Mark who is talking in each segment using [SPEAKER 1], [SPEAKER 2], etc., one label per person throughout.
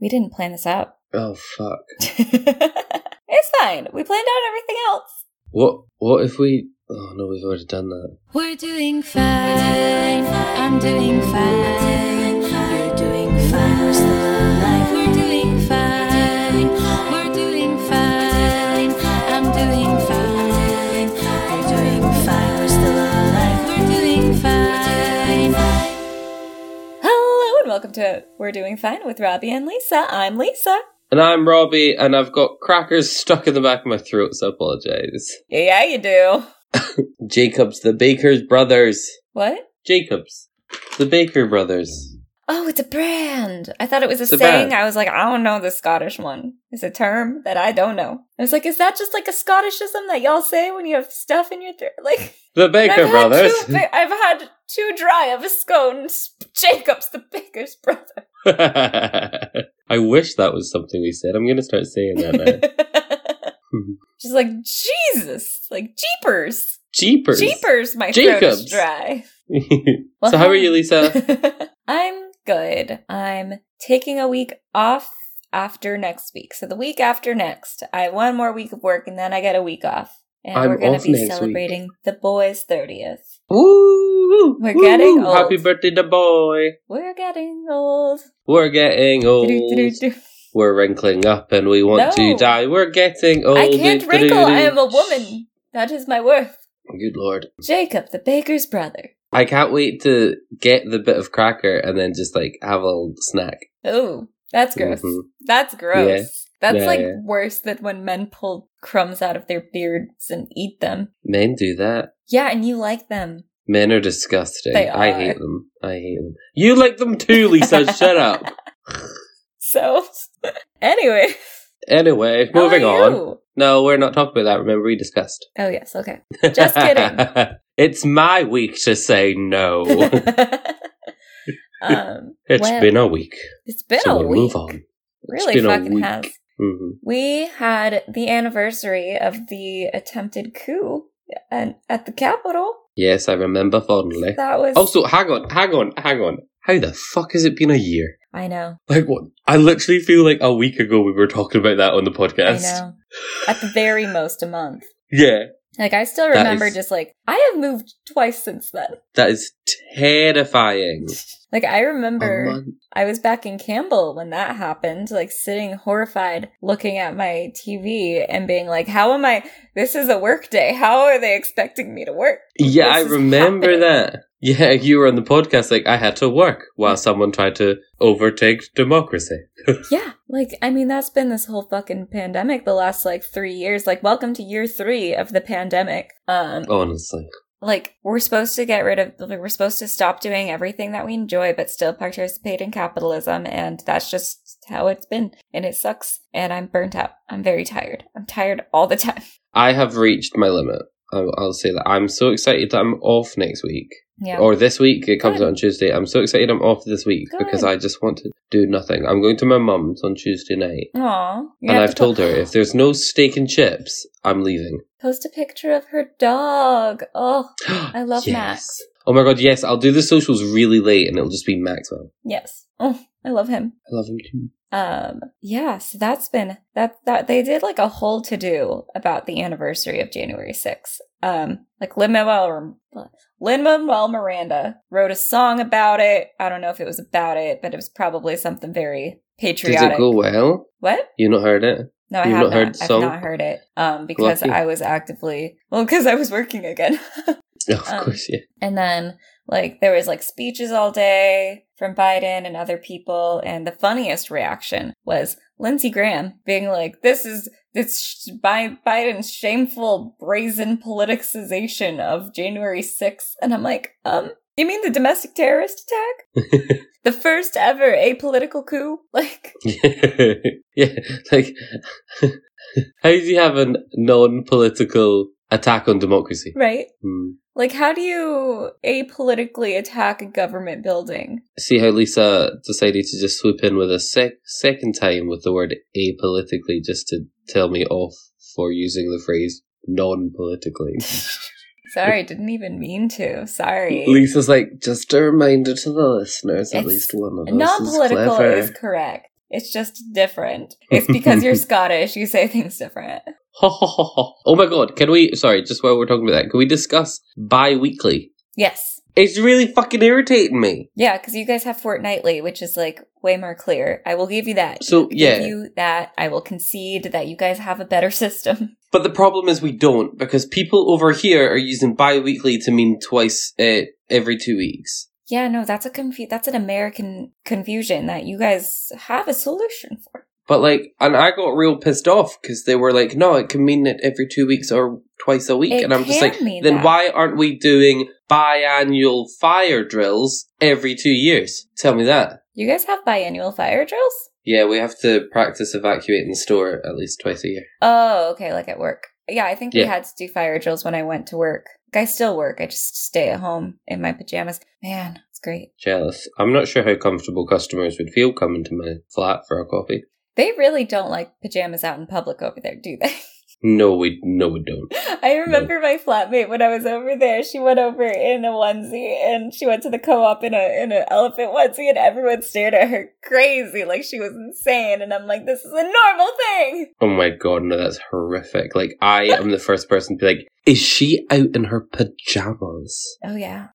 [SPEAKER 1] We didn't plan this out.
[SPEAKER 2] Oh fuck.
[SPEAKER 1] it's fine. We planned out everything else.
[SPEAKER 2] What what if we Oh no, we've already done that.
[SPEAKER 3] We're doing fine. I'm doing fine. You're doing fine. We're still alive. We're doing fine. We're doing fine. I'm doing fine. You're doing fine. We're still alive. We're doing fine.
[SPEAKER 1] Hello and welcome to We're Doing Fine with Robbie and Lisa. I'm Lisa.
[SPEAKER 2] And I'm Robbie and I've got crackers stuck in the back of my throat, so I apologize.
[SPEAKER 1] Yeah, you do.
[SPEAKER 2] Jacobs, the Baker's brothers.
[SPEAKER 1] What?
[SPEAKER 2] Jacobs. The Baker brothers.
[SPEAKER 1] Oh, it's a brand. I thought it was a
[SPEAKER 2] It's a
[SPEAKER 1] saying.
[SPEAKER 2] brand.
[SPEAKER 1] I was like, I don't know the Scottish one. It's a term that I don't know. I was like, is that just like a Scottishism that y'all say when you have stuff in your throat? Like,
[SPEAKER 2] The Baker
[SPEAKER 1] I've
[SPEAKER 2] brothers.
[SPEAKER 1] Had two, ba- I've had too dry of a scone. Jacob's the baker's brother.
[SPEAKER 2] I wish that was something we said. I'm gonna start saying that now. Mm-hmm.
[SPEAKER 1] Just like Jesus, like jeepers,
[SPEAKER 2] Jeepers.
[SPEAKER 1] jeepers. My throat
[SPEAKER 2] Jacobs.
[SPEAKER 1] is dry.
[SPEAKER 2] so how are you, Lisa?
[SPEAKER 1] I'm good. I'm taking a week off after next week. So the week after next, I have one more week of work and then I get a week off. And
[SPEAKER 2] I'm
[SPEAKER 1] we're going
[SPEAKER 2] off
[SPEAKER 1] to be
[SPEAKER 2] next week.
[SPEAKER 1] celebrating the boys' 30th.
[SPEAKER 2] Woo!
[SPEAKER 1] We're getting old.
[SPEAKER 2] Happy birthday to boy.
[SPEAKER 1] We're getting old.
[SPEAKER 2] We're getting old.
[SPEAKER 1] Do-do-do-do.
[SPEAKER 2] We're wrinkling up and we want
[SPEAKER 1] No.
[SPEAKER 2] to die. We're getting old.
[SPEAKER 1] I can't wrinkle. I am a woman. That is my worth.
[SPEAKER 2] Good lord.
[SPEAKER 1] Jacob, the baker's brother.
[SPEAKER 2] I can't wait to get the bit of cracker and then just like have a little snack.
[SPEAKER 1] Oh, that's gross.
[SPEAKER 2] Mhm.
[SPEAKER 1] That's gross.
[SPEAKER 2] Yeah.
[SPEAKER 1] That's
[SPEAKER 2] Yeah,
[SPEAKER 1] like
[SPEAKER 2] yeah.
[SPEAKER 1] worse than when men pull crumbs out of their beards and eat them.
[SPEAKER 2] Men do that.
[SPEAKER 1] Yeah, and you like them.
[SPEAKER 2] Men are disgusting.
[SPEAKER 1] They
[SPEAKER 2] I
[SPEAKER 1] are.
[SPEAKER 2] hate them. I hate them. You like them too, Lisa. Shut up.
[SPEAKER 1] So, anyway,
[SPEAKER 2] Anyway,
[SPEAKER 1] how
[SPEAKER 2] moving
[SPEAKER 1] are
[SPEAKER 2] on.
[SPEAKER 1] you?
[SPEAKER 2] No, we're not talking about that. Remember, we discussed.
[SPEAKER 1] Oh yes, okay. Just kidding.
[SPEAKER 2] it's my week to say no. It's
[SPEAKER 1] um, well,
[SPEAKER 2] been a week.
[SPEAKER 1] it's been
[SPEAKER 2] so
[SPEAKER 1] a
[SPEAKER 2] we
[SPEAKER 1] week.
[SPEAKER 2] move on.
[SPEAKER 1] Really
[SPEAKER 2] been a
[SPEAKER 1] fucking
[SPEAKER 2] week.
[SPEAKER 1] has.
[SPEAKER 2] hmm
[SPEAKER 1] We had the anniversary of the attempted coup and at the Capitol.
[SPEAKER 2] Yes, I remember fondly.
[SPEAKER 1] That was
[SPEAKER 2] Also, hang on, hang on, hang on. How the fuck has it been a year?
[SPEAKER 1] I know.
[SPEAKER 2] Like what? I literally feel like a week ago we were talking about that on the podcast.
[SPEAKER 1] I know. At the very most, a month.
[SPEAKER 2] Yeah,
[SPEAKER 1] Like I still
[SPEAKER 2] That
[SPEAKER 1] remember,
[SPEAKER 2] is-
[SPEAKER 1] just like I have moved twice since then.
[SPEAKER 2] that is terrifying.
[SPEAKER 1] Like I
[SPEAKER 2] A
[SPEAKER 1] remember,
[SPEAKER 2] month.
[SPEAKER 1] I was back in Campbell when that happened, like sitting horrified, looking at my TV and being like, "How am I? This is a work day. How are they expecting me to work?"
[SPEAKER 2] Yeah, I
[SPEAKER 1] This is
[SPEAKER 2] remember
[SPEAKER 1] happening.
[SPEAKER 2] that. Yeah, you were on the podcast. Like I had to work while someone tried to overtake democracy.
[SPEAKER 1] Yeah, like I mean, that's been this whole fucking pandemic the last like three years. Like, welcome to year three of the pandemic. Um,
[SPEAKER 2] Honestly,
[SPEAKER 1] like we're supposed to get rid of like, we're supposed to stop doing everything that we enjoy but still participate in capitalism and that's just how it's been and it sucks and i'm burnt out i'm very tired i'm tired all the time
[SPEAKER 2] I have reached my limit. I'll, I'll say that. I'm so excited that I'm off next week
[SPEAKER 1] yeah
[SPEAKER 2] or this week. It comes
[SPEAKER 1] Good.
[SPEAKER 2] out on Tuesday. I'm so excited I'm off this week because
[SPEAKER 1] Good.
[SPEAKER 2] I just want to do nothing. I'm going to my mum's on Tuesday night.
[SPEAKER 1] Aw. You
[SPEAKER 2] and
[SPEAKER 1] have
[SPEAKER 2] I've
[SPEAKER 1] to po-
[SPEAKER 2] told her if there's no steak and chips, I'm leaving.
[SPEAKER 1] post a picture of her dog oh i love
[SPEAKER 2] Yes.
[SPEAKER 1] max
[SPEAKER 2] Oh my god, yes, I'll do the socials really late and it'll just be Maxwell.
[SPEAKER 1] yes oh i love him
[SPEAKER 2] I love him too.
[SPEAKER 1] um yeah so that's been that that they did like a whole to do about the anniversary of january 6th um like lin manuel lin manuel miranda wrote a song about it i don't know if it was about it but it was probably something very
[SPEAKER 2] Did
[SPEAKER 1] patriotic
[SPEAKER 2] it go well?
[SPEAKER 1] what
[SPEAKER 2] You not heard it?
[SPEAKER 1] no, I
[SPEAKER 2] You've
[SPEAKER 1] have
[SPEAKER 2] not
[SPEAKER 1] not.
[SPEAKER 2] heard the
[SPEAKER 1] I've
[SPEAKER 2] song?
[SPEAKER 1] not heard it um, because
[SPEAKER 2] Lucky.
[SPEAKER 1] I was actively well because I was working again.
[SPEAKER 2] Of
[SPEAKER 1] Um,
[SPEAKER 2] course, yeah.
[SPEAKER 1] And then like there was like speeches all day from Biden and other people and the funniest reaction was Lindsey Graham being like this is this sh- Bi- Biden's shameful brazen politicization of January 6th and I'm like um you mean the domestic terrorist attack? the first ever apolitical coup? Like
[SPEAKER 2] yeah, like, how do you have a non political attack on democracy?
[SPEAKER 1] right?
[SPEAKER 2] Hmm.
[SPEAKER 1] Like how do you apolitically attack a government building?
[SPEAKER 2] See how Lisa decided to just swoop in with a sec- second time with the word apolitically just to tell me off for using the phrase non politically.
[SPEAKER 1] Sorry, didn't even mean to. Sorry.
[SPEAKER 2] Lisa's like, just a reminder to the listeners, at
[SPEAKER 1] It's
[SPEAKER 2] least one of us is
[SPEAKER 1] Non-political
[SPEAKER 2] clever.
[SPEAKER 1] is correct. It's just different. It's because you're Scottish, you say things different.
[SPEAKER 2] Oh my god, can we, sorry, just while we're talking about that, can we discuss bi weekly?
[SPEAKER 1] Yes.
[SPEAKER 2] It's really fucking irritating me.
[SPEAKER 1] Yeah, because you guys have fortnightly, which is like way more clear. I will give you that.
[SPEAKER 2] So,
[SPEAKER 1] Give
[SPEAKER 2] yeah.
[SPEAKER 1] you that. I will concede that you guys have a better system.
[SPEAKER 2] But the problem is we don't, because people over here are using bi weekly to mean twice uh, every two weeks.
[SPEAKER 1] Yeah, no, that's a confu- that's an American confusion that you guys have a solution for.
[SPEAKER 2] But like, and I got real pissed off because they were like, no, it can mean it every two weeks or twice a week.
[SPEAKER 1] It
[SPEAKER 2] and I'm just
[SPEAKER 1] can
[SPEAKER 2] like,
[SPEAKER 1] mean
[SPEAKER 2] then
[SPEAKER 1] that.
[SPEAKER 2] why aren't we doing biannual fire drills every two years? Tell me that.
[SPEAKER 1] You guys have biannual fire drills?
[SPEAKER 2] Yeah, we have to practice evacuating the store at least twice a year.
[SPEAKER 1] Oh, okay, like at work. Yeah, I think
[SPEAKER 2] Yeah.
[SPEAKER 1] we had to do fire drills when I went to work. Like, I still work. I just stay at home in my pajamas. Man, it's great.
[SPEAKER 2] Jealous. I'm not sure how comfortable customers would feel coming to my flat for a coffee.
[SPEAKER 1] They really don't like pajamas out in public over there, do they?
[SPEAKER 2] No, we no, we don't.
[SPEAKER 1] I remember my flatmate when I was over there. She went over in a onesie and she went to the co-op in a in an elephant onesie, and everyone stared at her crazy, like she was insane. And I'm like, this is a normal thing.
[SPEAKER 2] Oh my god, no, that's horrific. Like I am the first person to be like, is she out in her pajamas?
[SPEAKER 1] Oh yeah,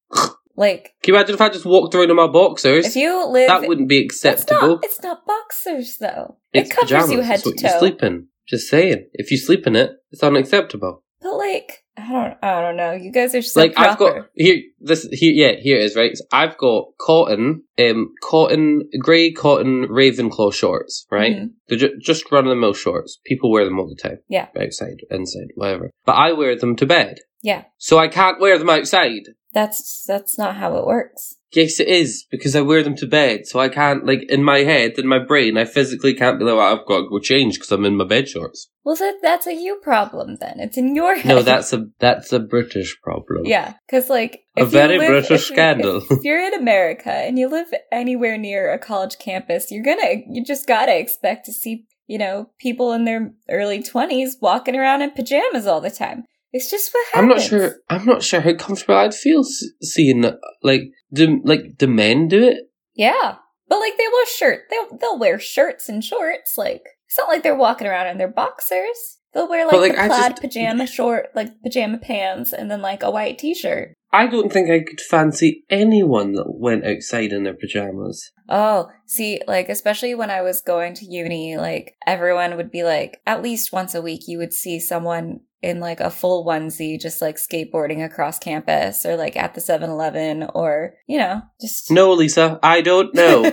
[SPEAKER 1] like
[SPEAKER 2] Can you imagine if I just walked around in my boxers?
[SPEAKER 1] if you live,
[SPEAKER 2] that wouldn't be
[SPEAKER 1] it's
[SPEAKER 2] acceptable.
[SPEAKER 1] not it's not boxers though.
[SPEAKER 2] It's
[SPEAKER 1] it covers you head
[SPEAKER 2] it's
[SPEAKER 1] to
[SPEAKER 2] what you
[SPEAKER 1] toe.
[SPEAKER 2] sleep in. Just saying, if you sleep in it, it's unacceptable.
[SPEAKER 1] But like, I don't I don't know. You guys are so
[SPEAKER 2] like I've
[SPEAKER 1] proper.
[SPEAKER 2] got here. This here, yeah, here it is right. So I've got cotton, um, cotton grey, cotton Ravenclaw shorts. Right,
[SPEAKER 1] Mhm.
[SPEAKER 2] they're ju- just run of the mill shorts. People wear them all the time.
[SPEAKER 1] Yeah.
[SPEAKER 2] outside, inside, whatever. But I wear them to bed.
[SPEAKER 1] Yeah.
[SPEAKER 2] so I can't wear them outside.
[SPEAKER 1] That's that's not how it works.
[SPEAKER 2] Yes, it is because I wear them to bed, so I can't like in my head, in my brain, I physically can't be like, well, I've got to go change because I'm in my bed shorts.
[SPEAKER 1] Well, that that's a you problem then. It's in your head.
[SPEAKER 2] No, that's a that's a British problem.
[SPEAKER 1] Yeah, because like
[SPEAKER 2] A
[SPEAKER 1] if you
[SPEAKER 2] very
[SPEAKER 1] live-
[SPEAKER 2] British
[SPEAKER 1] if you-
[SPEAKER 2] scandal.
[SPEAKER 1] If you're in America and you live anywhere near a college campus, you're gonna you just gotta expect to see you know people in their early twenties walking around in pajamas all the time. It's just what happens.
[SPEAKER 2] I'm not sure. I'm not sure how comfortable I'd feel s- seeing that. Like, do like do men do it?
[SPEAKER 1] Yeah, but like they will shirt. They will they'll wear shirts and shorts. Like it's not like they're walking around in their boxers. They'll wear like,
[SPEAKER 2] But, like,
[SPEAKER 1] the
[SPEAKER 2] I
[SPEAKER 1] plaid
[SPEAKER 2] just-
[SPEAKER 1] pajama short, like pajama pants, and then like a white t-shirt.
[SPEAKER 2] I don't think I could fancy anyone that went outside in their pajamas.
[SPEAKER 1] Oh, see, like, especially when I was going to uni, like, everyone would be like, at least once a week, you would see someone in like a full onesie just like skateboarding across campus or like at the 7 Eleven or, you know, just.
[SPEAKER 2] No, Lisa, I don't know.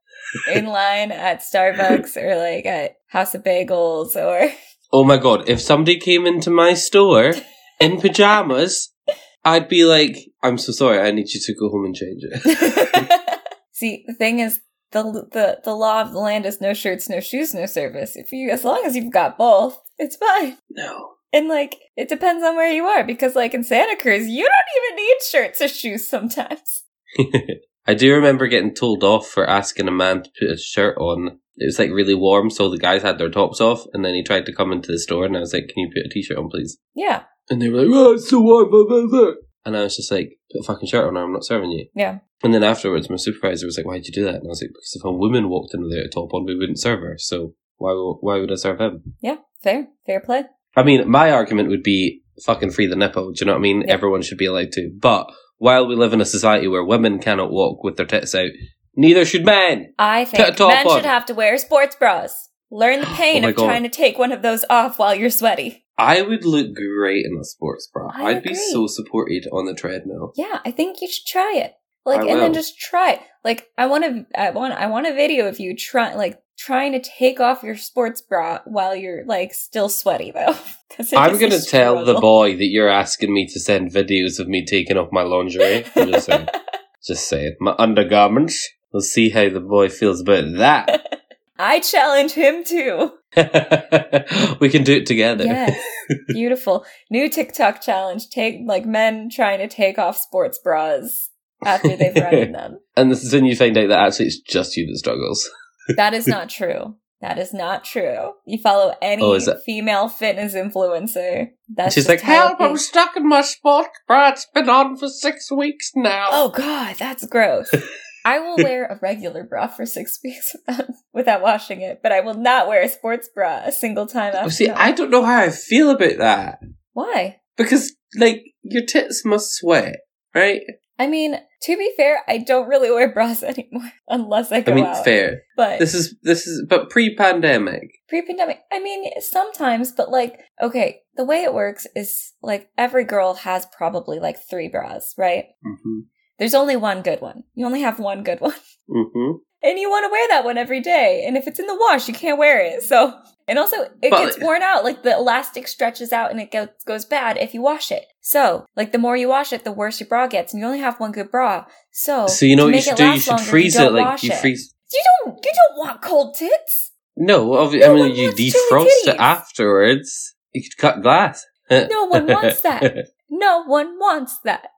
[SPEAKER 1] in line at Starbucks or like at House of Bagels or.
[SPEAKER 2] oh my god! If somebody came into my store in pajamas, I'd be like, "I'm so sorry. I need you to go home and change it."
[SPEAKER 1] see, the thing is, the, the the law of the land is no shirts, no shoes, no service. If you, as long as you've got both, it's fine.
[SPEAKER 2] no.
[SPEAKER 1] And like, it depends on where you are because, like, in Santa Cruz, you don't even need shirts or shoes sometimes.
[SPEAKER 2] I do remember getting told off for asking a man to put his shirt on. It was like really warm, so the guys had their tops off, and then he tried to come into the store, and I was like, "Can you put a t-shirt on, please?"
[SPEAKER 1] Yeah.
[SPEAKER 2] And they were like, "Oh, it's so warm." Blah, blah, blah. And I was just like, "Put a fucking shirt on, or I'm not serving you."
[SPEAKER 1] Yeah.
[SPEAKER 2] And then afterwards, my supervisor was like, "Why'd you do that?" And I was like, "Because if a woman walked in there with a top on, we wouldn't serve her. So why wo- why would I serve him?"
[SPEAKER 1] Yeah. Fair. Fair play.
[SPEAKER 2] I mean, my argument would be fucking free the nipple. Do you know what I mean?
[SPEAKER 1] Yeah.
[SPEAKER 2] Everyone should be allowed to. But while we live in a society where women cannot walk with their tits out, neither should men.
[SPEAKER 1] I
[SPEAKER 2] Put a
[SPEAKER 1] think
[SPEAKER 2] top
[SPEAKER 1] men
[SPEAKER 2] on.
[SPEAKER 1] should have to wear sports bras. Learn the pain
[SPEAKER 2] Oh my
[SPEAKER 1] of
[SPEAKER 2] God.
[SPEAKER 1] trying to take one of those off while you're sweaty.
[SPEAKER 2] I would look great in a sports bra.
[SPEAKER 1] I
[SPEAKER 2] I'd be
[SPEAKER 1] agree.
[SPEAKER 2] so supported on the treadmill.
[SPEAKER 1] Yeah, I think you should try it. Like,
[SPEAKER 2] I
[SPEAKER 1] and then
[SPEAKER 2] will.
[SPEAKER 1] just try. It. Like, I want to, I want, I want a video of you try, like, trying to take off your sports bra while you're like still sweaty though. 'Cause it
[SPEAKER 2] I'm
[SPEAKER 1] is a
[SPEAKER 2] going to tell the
[SPEAKER 1] struggle.
[SPEAKER 2] boy that you're asking me to send videos of me taking off my lingerie. I'm just saying. just saying. My undergarments. We'll see how the boy feels about
[SPEAKER 1] I challenge him too.
[SPEAKER 2] that. we can do it together.
[SPEAKER 1] Yes. Beautiful. New TikTok challenge. Take like men trying to take off sports bras after they've run in them.
[SPEAKER 2] And this is when you find out that actually it's just you that struggles.
[SPEAKER 1] That is not true. That is not true. You follow any
[SPEAKER 2] Oh, is it-
[SPEAKER 1] female fitness influencer. That's
[SPEAKER 2] She's
[SPEAKER 1] just
[SPEAKER 2] like,
[SPEAKER 1] how it
[SPEAKER 2] help, I'm
[SPEAKER 1] is."
[SPEAKER 2] stuck in my spot, bra. It's been on for six weeks now.
[SPEAKER 1] Oh god, Oh, that's gross. I will wear a regular bra for six weeks without, without washing it, but I will not wear a sports bra a single time after.
[SPEAKER 2] See,
[SPEAKER 1] that.
[SPEAKER 2] I don't know how I feel about that
[SPEAKER 1] Why?
[SPEAKER 2] because, like, your tits must sweat, right?
[SPEAKER 1] I mean, to be fair, I don't really wear bras anymore unless I go
[SPEAKER 2] I mean,
[SPEAKER 1] out.
[SPEAKER 2] fair.
[SPEAKER 1] But
[SPEAKER 2] This is this is, but pre-pandemic.
[SPEAKER 1] pre-pandemic i mean sometimes but like okay the way it works is like every girl has probably like three bras right
[SPEAKER 2] Mm-hmm.
[SPEAKER 1] there's only one good one you only have one good one
[SPEAKER 2] Mm-hmm.
[SPEAKER 1] and you want to wear that one every day and if it's in the wash you can't wear it so and also it
[SPEAKER 2] But-
[SPEAKER 1] gets worn out like the elastic stretches out and it go- goes bad if you wash it so like the more you wash it the worse your bra gets and you only have one good bra so
[SPEAKER 2] So you know
[SPEAKER 1] to
[SPEAKER 2] what you
[SPEAKER 1] make
[SPEAKER 2] should
[SPEAKER 1] it
[SPEAKER 2] do? You
[SPEAKER 1] last
[SPEAKER 2] should
[SPEAKER 1] longer,
[SPEAKER 2] freeze
[SPEAKER 1] don't
[SPEAKER 2] it, like
[SPEAKER 1] wash
[SPEAKER 2] you freeze.
[SPEAKER 1] you don't you don't want cold tits
[SPEAKER 2] No, obvi-
[SPEAKER 1] No
[SPEAKER 2] I
[SPEAKER 1] one
[SPEAKER 2] mean you
[SPEAKER 1] wants chili
[SPEAKER 2] defrost
[SPEAKER 1] titties.
[SPEAKER 2] it afterwards. You could cut glass.
[SPEAKER 1] no one wants that no one wants that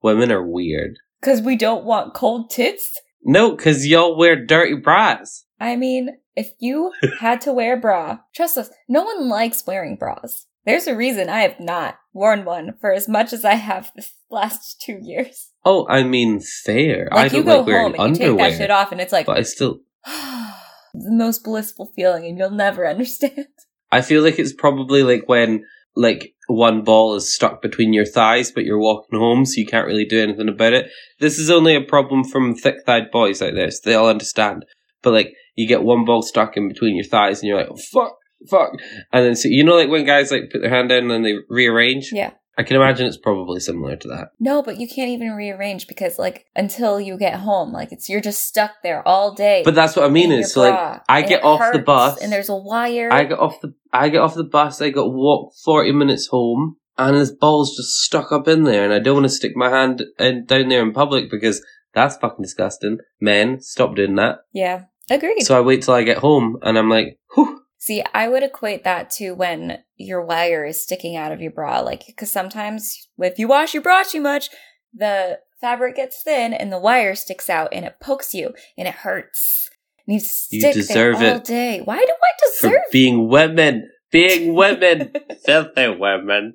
[SPEAKER 2] Women are weird.
[SPEAKER 1] Because we don't want cold tits?
[SPEAKER 2] No, because y'all wear dirty bras.
[SPEAKER 1] I mean, if you had to wear a bra, trust us, no one likes wearing bras. There's a reason I have not worn one for as much as I have this last two years.
[SPEAKER 2] Oh, I mean fair. I
[SPEAKER 1] Like,
[SPEAKER 2] don't
[SPEAKER 1] you go
[SPEAKER 2] like wearing
[SPEAKER 1] home and you
[SPEAKER 2] underwear,
[SPEAKER 1] take that shit off, and it's like,
[SPEAKER 2] but I still
[SPEAKER 1] the most blissful feeling, and you'll never understand.
[SPEAKER 2] I feel like it's probably like when like one ball is stuck between your thighs, but you're walking home, so you can't really do anything about it. This is only a problem from thick-thighed boys like this; they'll understand. But like, you get one ball stuck in between your thighs, and you're like, "Fuck, fuck!" And then so you know, like when guys like put their hand down and then they rearrange.
[SPEAKER 1] Yeah.
[SPEAKER 2] I can imagine it's probably similar to that.
[SPEAKER 1] No, but you can't even rearrange because, like, until you get home, like, it's you're just stuck there all day.
[SPEAKER 2] But that's what I mean.
[SPEAKER 1] in your
[SPEAKER 2] It's like
[SPEAKER 1] bra,
[SPEAKER 2] I
[SPEAKER 1] and
[SPEAKER 2] get
[SPEAKER 1] it
[SPEAKER 2] off the
[SPEAKER 1] hurts,
[SPEAKER 2] bus
[SPEAKER 1] and there's a wire.
[SPEAKER 2] I get off the I get off the bus. I got to walk forty minutes home, and this ball's just stuck up in there, and I don't want to stick my hand in, down there in public because that's fucking disgusting. Men, stop doing that.
[SPEAKER 1] yeah, agreed.
[SPEAKER 2] So I wait till I get home, and I'm like, whew.
[SPEAKER 1] See, I would equate that to when your wire is sticking out of your bra. Like, because sometimes if you wash your bra too much, the fabric gets thin and the wire sticks out and it pokes you and it hurts. And you
[SPEAKER 2] You
[SPEAKER 1] stick there
[SPEAKER 2] deserve
[SPEAKER 1] all
[SPEAKER 2] it.
[SPEAKER 1] day. Why do I
[SPEAKER 2] for
[SPEAKER 1] deserve
[SPEAKER 2] being women, being women, filthy women,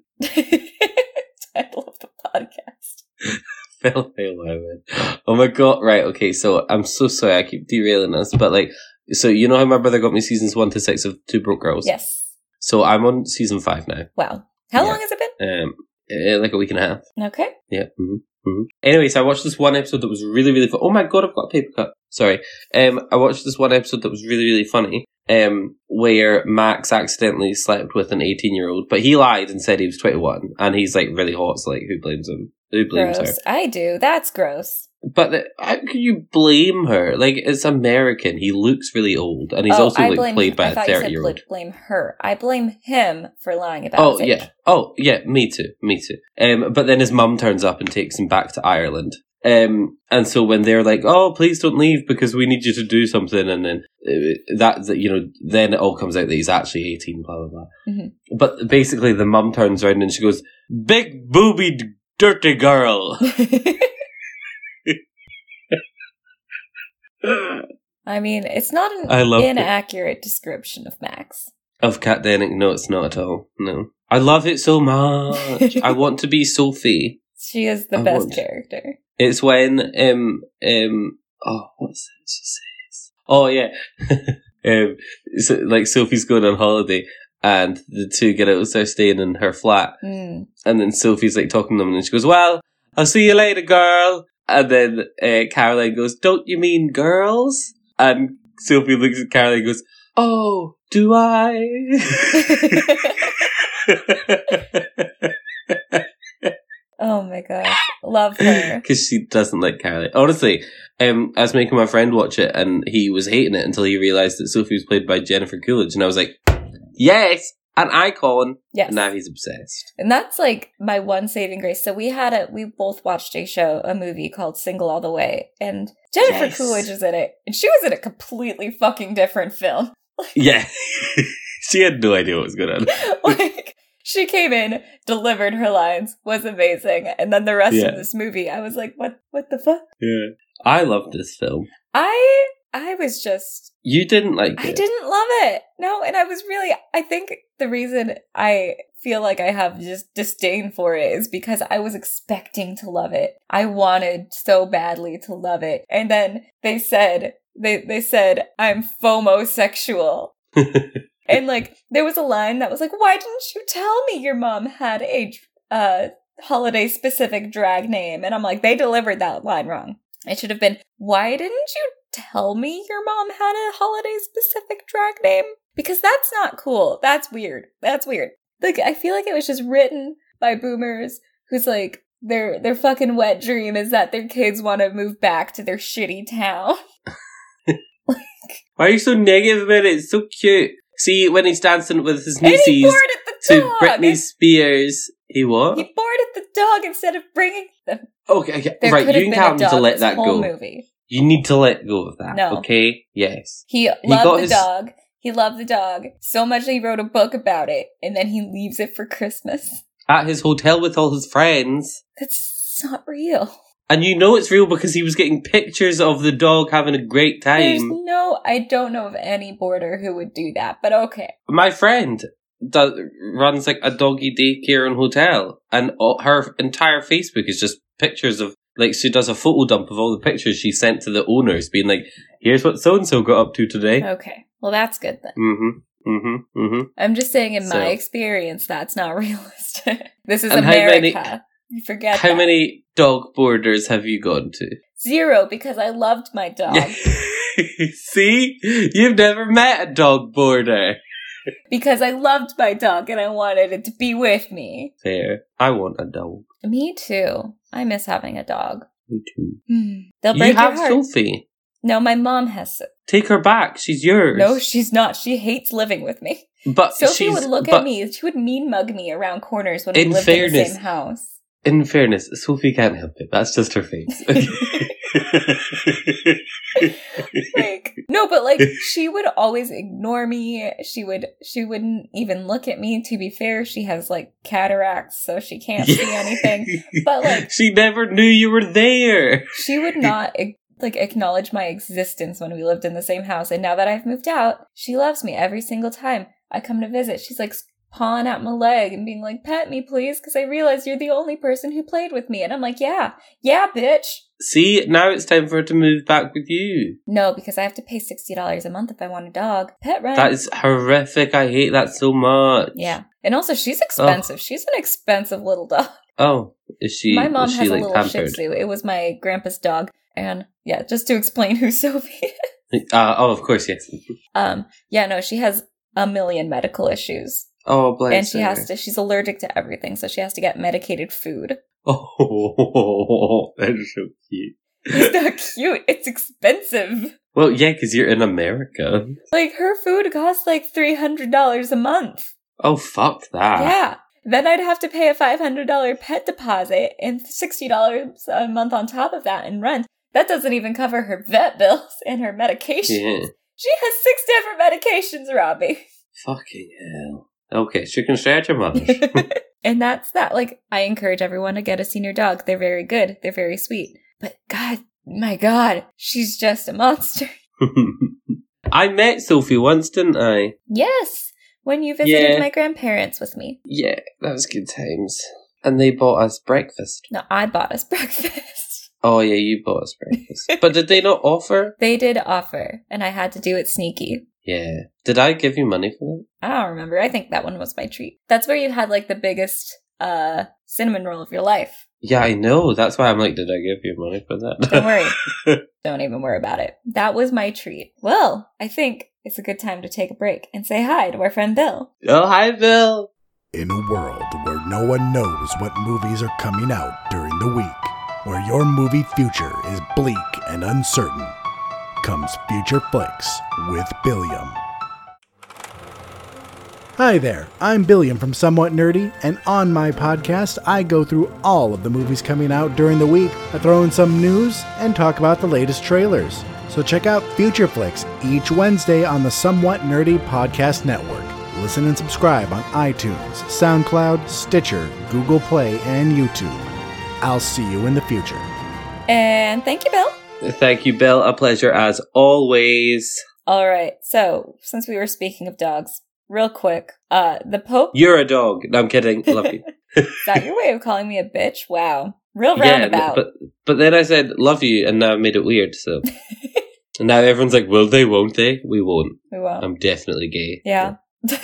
[SPEAKER 1] Title of the podcast.
[SPEAKER 2] filthy women. Oh my god! Right, okay. So I'm so sorry. I keep derailing us, but like, so you know how my brother got me seasons one to six of Two Broke Girls.
[SPEAKER 1] Yes.
[SPEAKER 2] So I'm on season five now.
[SPEAKER 1] Wow. How
[SPEAKER 2] Yeah.
[SPEAKER 1] long has it been?
[SPEAKER 2] Um, eh, like a week and a half.
[SPEAKER 1] Okay.
[SPEAKER 2] Yeah. hmm hmm Anyway, so I watched this one episode that was really, really fun. Oh my god, I've got a paper cut. Sorry. Um, I watched this one episode that was really, really funny. Um, where Max accidentally slept with an eighteen-year-old, but he lied and said he was twenty-one, and he's like really hot. So like, who blames him? Who blames her?
[SPEAKER 1] Gross. I do. That's gross.
[SPEAKER 2] But the, how can you blame her? Like, it's American. He looks really old, and he's
[SPEAKER 1] oh,
[SPEAKER 2] also
[SPEAKER 1] I
[SPEAKER 2] like
[SPEAKER 1] blame
[SPEAKER 2] played by
[SPEAKER 1] I
[SPEAKER 2] a
[SPEAKER 1] thought you said
[SPEAKER 2] thirty-year-old.
[SPEAKER 1] bl- blame her. I blame him for lying about
[SPEAKER 2] Oh
[SPEAKER 1] his age.
[SPEAKER 2] yeah. Oh yeah. Me too. Me too. Um, but then his mum turns up and takes him back to Ireland. Um, and so when they're like, "Oh, please don't leave because we need you to do something," and then uh, that, that you know, then it all comes out that he's actually eighteen. Blah blah blah.
[SPEAKER 1] Mhm.
[SPEAKER 2] But basically, the mum turns around and she goes, "Big boobied dirty girl."
[SPEAKER 1] I mean, it's not an
[SPEAKER 2] I love it.
[SPEAKER 1] inaccurate description of Max.
[SPEAKER 2] Of Kat Denick? No, it's not at all. No, I love it so much. I want to be Sophie.
[SPEAKER 1] She is the
[SPEAKER 2] I
[SPEAKER 1] best
[SPEAKER 2] would.
[SPEAKER 1] character.
[SPEAKER 2] It's when um um oh what's that she says? Oh yeah, um so, like Sophie's going on holiday and the two girls are staying in her flat
[SPEAKER 1] Mm.
[SPEAKER 2] and then Sophie's like talking to them and she goes, "Well, I'll see you later, girl." And then uh, Caroline goes, "Don't you mean girls?" And Sophie looks at Caroline and goes, "Oh, do I?"
[SPEAKER 1] oh my gosh. Love her.
[SPEAKER 2] because she doesn't like Caroline. Honestly, um, I was making my friend watch it, and he was hating it until he realized that Sophie was played by Jennifer Coolidge, and I was like, "Yes, an icon."
[SPEAKER 1] Yes.
[SPEAKER 2] Now he's obsessed.
[SPEAKER 1] And that's like my one saving grace. So we had a we both watched a show, a movie called Single All the Way, and Jennifer
[SPEAKER 2] Yes.
[SPEAKER 1] Coolidge is in it. And she was in a completely fucking different film.
[SPEAKER 2] Yeah, she had no idea what was going on.
[SPEAKER 1] like she came in, delivered her lines, was amazing, and then the rest
[SPEAKER 2] Yeah.
[SPEAKER 1] of this movie, I was like, what what the fuck?
[SPEAKER 2] Yeah, I loved this film.
[SPEAKER 1] I I was just
[SPEAKER 2] You didn't like it.
[SPEAKER 1] I didn't love it. No, and I was really, I think the reason I feel like I have just disdain for it is because I was expecting to love it. I wanted so badly to love it. And then they said, they, they said, I'm FOMO-sexual. and like, there was a line that was like, why didn't you tell me your mom had a, uh, holiday specific drag name? And I'm like, they delivered that line wrong. It should have been, why didn't you tell me your mom had a holiday specific drag name? Because that's not cool. That's weird. That's weird. Like I feel like it was just written by boomers who's like their their fucking wet dream is that their kids want to move back to their shitty town.
[SPEAKER 2] Why are you so negative about it? It's so cute. See, when he's dancing with his
[SPEAKER 1] and he
[SPEAKER 2] nieces
[SPEAKER 1] bored at the
[SPEAKER 2] to
[SPEAKER 1] dog.
[SPEAKER 2] Britney Spears, he what?
[SPEAKER 1] He bored at the dog instead of bringing them.
[SPEAKER 2] okay, okay.
[SPEAKER 1] There
[SPEAKER 2] right,
[SPEAKER 1] could have
[SPEAKER 2] you
[SPEAKER 1] been
[SPEAKER 2] have
[SPEAKER 1] a dog
[SPEAKER 2] to let
[SPEAKER 1] this
[SPEAKER 2] that
[SPEAKER 1] whole
[SPEAKER 2] go.
[SPEAKER 1] movie.
[SPEAKER 2] You need to let go of that.
[SPEAKER 1] No.
[SPEAKER 2] Okay? Yes.
[SPEAKER 1] He
[SPEAKER 2] got
[SPEAKER 1] loved the
[SPEAKER 2] his-
[SPEAKER 1] dog. He loved the dog so much that he wrote a book about it, and then he leaves it for Christmas.
[SPEAKER 2] At his hotel with all his friends.
[SPEAKER 1] That's not real.
[SPEAKER 2] And you know it's real because he was getting pictures of the dog having a great
[SPEAKER 1] There's
[SPEAKER 2] time.
[SPEAKER 1] no, I don't know of any boarder who would do that, but okay.
[SPEAKER 2] My friend does, runs like a doggy daycare and hotel, and all, her entire Facebook is just pictures of like she does a photo dump of all the pictures she sent to the owners, being like, "Here's what so and so got up to today."
[SPEAKER 1] Okay. Well, that's good then.
[SPEAKER 2] Mm-hmm. Mm-hmm. Mm-hmm.
[SPEAKER 1] I'm just saying, in my
[SPEAKER 2] So-
[SPEAKER 1] experience, that's not realistic. this is
[SPEAKER 2] And how many-
[SPEAKER 1] America. you forget
[SPEAKER 2] How
[SPEAKER 1] that.
[SPEAKER 2] many dog borders have you gone to?
[SPEAKER 1] Zero, because I loved my dog.
[SPEAKER 2] See, you've never met a dog border.
[SPEAKER 1] because I loved my dog and I wanted it to be with me.
[SPEAKER 2] There, I want a dog.
[SPEAKER 1] Me too. I miss having a dog.
[SPEAKER 2] Me too.
[SPEAKER 1] Hmm. They'll break
[SPEAKER 2] You have
[SPEAKER 1] your heart.
[SPEAKER 2] Sophie.
[SPEAKER 1] no, my mom has.
[SPEAKER 2] Take her back. She's yours.
[SPEAKER 1] No, she's not. She hates living with me.
[SPEAKER 2] but
[SPEAKER 1] Sophie
[SPEAKER 2] she's-
[SPEAKER 1] would look
[SPEAKER 2] but-
[SPEAKER 1] at me. She would mean mug me around corners when
[SPEAKER 2] In
[SPEAKER 1] we lived in the
[SPEAKER 2] fairness-
[SPEAKER 1] same house.
[SPEAKER 2] In fairness, Sophie can't help it. That's just her face.
[SPEAKER 1] Like no, but like she would always ignore me. She would she wouldn't even look at me. To be fair, she has like cataracts, so she can't see anything. But, like-
[SPEAKER 2] she never knew you were there.
[SPEAKER 1] She would not ac- like acknowledge my existence when we lived in the same house. And now that I've moved out, she loves me every single time I come to visit. She's like pawing at my leg and being like, "Pet me, please," because I realize you're the only person who played with me. And I'm like, "Yeah, yeah, bitch."
[SPEAKER 2] See, now it's time for her to move back with you.
[SPEAKER 1] No, because I have to pay sixty dollars a month if I want a dog. Pet rent.
[SPEAKER 2] That is horrific. I hate that so much.
[SPEAKER 1] yeah, and also she's expensive. She's an expensive little dog.
[SPEAKER 2] Oh, is she?
[SPEAKER 1] my mom
[SPEAKER 2] is she,
[SPEAKER 1] has a
[SPEAKER 2] like,
[SPEAKER 1] little Shih
[SPEAKER 2] pampered?
[SPEAKER 1] Tzu. It was my grandpa's dog, and yeah, just to explain who Sophie. Is.
[SPEAKER 2] Uh, oh, of course, yes.
[SPEAKER 1] Um, yeah, no, she has a million medical issues,
[SPEAKER 2] Oh, bless
[SPEAKER 1] and she
[SPEAKER 2] her.
[SPEAKER 1] has to. She's allergic to everything, so she has to get medicated food.
[SPEAKER 2] Oh, that's so cute.
[SPEAKER 1] It's not cute. It's expensive.
[SPEAKER 2] Well, yeah, because you're in America.
[SPEAKER 1] Like her food costs like three hundred dollars a month.
[SPEAKER 2] Oh, fuck that.
[SPEAKER 1] Yeah. Then I'd have to pay a $500 pet deposit and $60 a month on top of that in rent. That doesn't even cover her vet bills and her medication.
[SPEAKER 2] Yeah.
[SPEAKER 1] She has six different medications, Robbie.
[SPEAKER 2] Fucking hell. Okay, chicken stretcher much.
[SPEAKER 1] and that's that. Like, I encourage everyone to get a senior dog. They're very good, they're very sweet. But God, my God, she's just a monster.
[SPEAKER 2] I met Sophie once, didn't I?
[SPEAKER 1] Yes. When you visited
[SPEAKER 2] Yeah.
[SPEAKER 1] my grandparents with me.
[SPEAKER 2] Yeah, that was good times. And they bought us breakfast.
[SPEAKER 1] No, I bought us breakfast.
[SPEAKER 2] Oh yeah, you bought us breakfast. but did they not offer?
[SPEAKER 1] They did offer, and I had to do it sneaky.
[SPEAKER 2] Yeah. Did I give you money for that?
[SPEAKER 1] I don't remember. I think that one was my treat. That's where you had like the biggest uh cinnamon roll of your life.
[SPEAKER 2] Yeah, I know. That's why I'm like, did I give you money for that?
[SPEAKER 1] Don't worry. don't even worry about it. That was my treat. Well, I think it's a good time to take a break and say hi to our friend Bill.
[SPEAKER 2] oh, hi, Bill.
[SPEAKER 4] In a world where no one knows what movies are coming out during the week, where your movie future is bleak and uncertain, comes Future Flicks with Billiam. Hi there, I'm Billiam from Somewhat Nerdy, and on my podcast, I go through all of the movies coming out during the week. I throw in some news and talk about the latest trailers. So check out Future Flicks each Wednesday on the Somewhat Nerdy Podcast Network. Listen and subscribe on iTunes, SoundCloud, Stitcher, Google Play, and YouTube. I'll see you in the future.
[SPEAKER 1] And thank you, Bill.
[SPEAKER 2] Thank you, Bill. A pleasure as always.
[SPEAKER 1] All right. So, since we were speaking of dogs, real quick, uh, the Pope.
[SPEAKER 2] You're a dog. No, I'm kidding. I love you.
[SPEAKER 1] Is that your way of calling me a bitch? Wow. Real
[SPEAKER 2] yeah,
[SPEAKER 1] roundabout.
[SPEAKER 2] but but then I said love you, and now I made it weird. So and now everyone's like, will they? Won't they? We won't.
[SPEAKER 1] we won't.
[SPEAKER 2] I'm definitely gay.
[SPEAKER 1] yeah.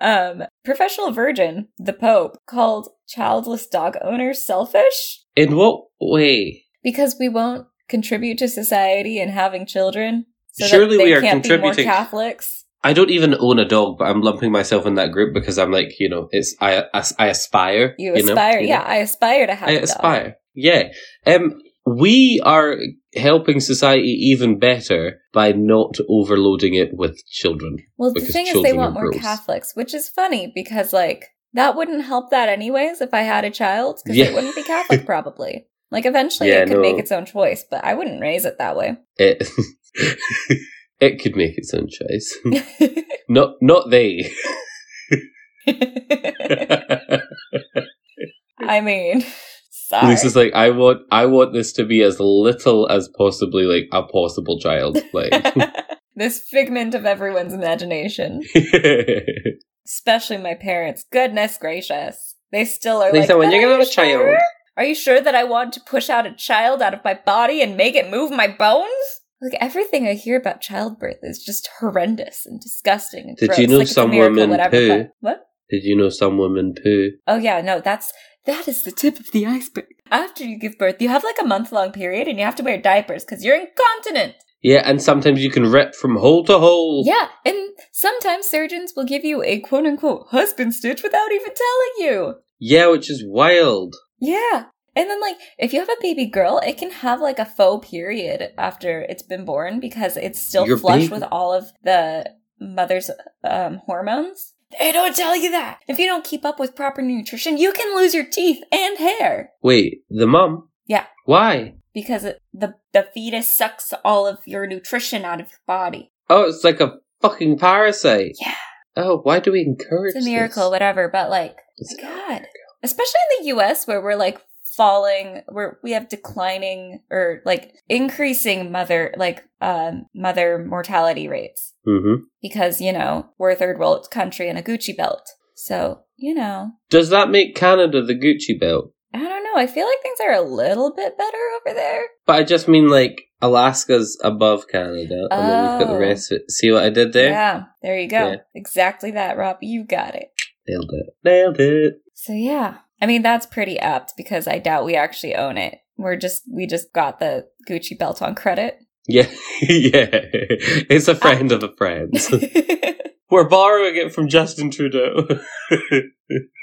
[SPEAKER 1] um, professional virgin, the Pope, called childless dog owners selfish
[SPEAKER 2] In what way?
[SPEAKER 1] because we won't contribute to society in having children. So
[SPEAKER 2] Surely
[SPEAKER 1] that they
[SPEAKER 2] we are
[SPEAKER 1] can't Be
[SPEAKER 2] contributing.
[SPEAKER 1] more Catholics.
[SPEAKER 2] I don't even own a dog, but I'm lumping myself in that group because I'm like, you know, it's I I, I aspire.
[SPEAKER 1] You
[SPEAKER 2] know,
[SPEAKER 1] aspire.
[SPEAKER 2] you know?
[SPEAKER 1] yeah, I aspire to have.
[SPEAKER 2] I
[SPEAKER 1] a dog.
[SPEAKER 2] aspire. Yeah. Um, we are helping society even better by not overloading it with children.
[SPEAKER 1] Well, the
[SPEAKER 2] because
[SPEAKER 1] thing is, they
[SPEAKER 2] children
[SPEAKER 1] want
[SPEAKER 2] are
[SPEAKER 1] more
[SPEAKER 2] gross.
[SPEAKER 1] Catholics, which is funny because, like, that wouldn't help that anyways if I had a child because
[SPEAKER 2] Yeah.
[SPEAKER 1] it wouldn't be Catholic probably. Like, eventually
[SPEAKER 2] Yeah,
[SPEAKER 1] it could
[SPEAKER 2] no.
[SPEAKER 1] make its own choice, but I wouldn't raise it that way.
[SPEAKER 2] It it could make its own choice. not not they. Hmm.
[SPEAKER 1] I mean, sorry.
[SPEAKER 2] Lucy's like, I want I want this to be as little as possibly like a possible child. Like
[SPEAKER 1] this figment of everyone's imagination,
[SPEAKER 2] Lisa,
[SPEAKER 1] especially my parents. Goodness gracious. They still are like, "But
[SPEAKER 2] when you're
[SPEAKER 1] are
[SPEAKER 2] gonna
[SPEAKER 1] you
[SPEAKER 2] have a child.
[SPEAKER 1] sure? Are you sure that I want to push out a child out of my body and make it move my bones? Like everything I hear about childbirth is just horrendous and disgusting. And
[SPEAKER 2] Did
[SPEAKER 1] gross.
[SPEAKER 2] you know
[SPEAKER 1] Like, it's a
[SPEAKER 2] some
[SPEAKER 1] miracle,
[SPEAKER 2] women
[SPEAKER 1] whatever,
[SPEAKER 2] poo?
[SPEAKER 1] but- What?
[SPEAKER 2] Did you know some women poo?
[SPEAKER 1] Oh yeah, no, that's that is the tip of the iceberg. After you give birth, you have like a month long period, and you have to wear diapers because you're incontinent.
[SPEAKER 2] Yeah, and sometimes you can rip from hole to hole.
[SPEAKER 1] Yeah, and sometimes surgeons will give you a quote unquote husband stitch without even telling you.
[SPEAKER 2] Yeah, which is wild.
[SPEAKER 1] Yeah. And then, like, if you have a baby girl, it can have like a faux period after it's been born because it's still
[SPEAKER 2] Your
[SPEAKER 1] flush
[SPEAKER 2] baby-
[SPEAKER 1] with all of the mother's um, hormones. They don't tell you that. If you don't keep up with proper nutrition, you can lose your teeth and hair
[SPEAKER 2] Wait, the mum?
[SPEAKER 1] Yeah.
[SPEAKER 2] Why?
[SPEAKER 1] because it, the the fetus sucks all of your nutrition out of your body.
[SPEAKER 2] Oh, it's like a fucking parasite.
[SPEAKER 1] Yeah.
[SPEAKER 2] Oh, why do we encourage
[SPEAKER 1] It's a miracle,
[SPEAKER 2] This?
[SPEAKER 1] whatever. But like,
[SPEAKER 2] It's-
[SPEAKER 1] God, especially in the U.S. where we're like falling, where we have declining or like increasing mother like um, mother mortality rates
[SPEAKER 2] Mhm.
[SPEAKER 1] because you know we're a third world country in a Gucci belt. So you know,
[SPEAKER 2] Does that make Canada the Gucci belt?
[SPEAKER 1] I don't know. I feel like things are a little bit better over there.
[SPEAKER 2] But I just mean like Alaska's above Canada, and then we've got
[SPEAKER 1] Oh.
[SPEAKER 2] the rest of it. See what I did there?
[SPEAKER 1] Yeah, there you go.
[SPEAKER 2] Yeah.
[SPEAKER 1] Exactly that, Rob. You got it.
[SPEAKER 2] Nailed it. Nailed it.
[SPEAKER 1] So yeah. I mean that's pretty apt because I doubt we actually own it. We're just we just got the Gucci belt on credit.
[SPEAKER 2] Yeah, yeah. It's
[SPEAKER 1] Ah.
[SPEAKER 2] a friend of a friend. We're borrowing it from Justin Trudeau.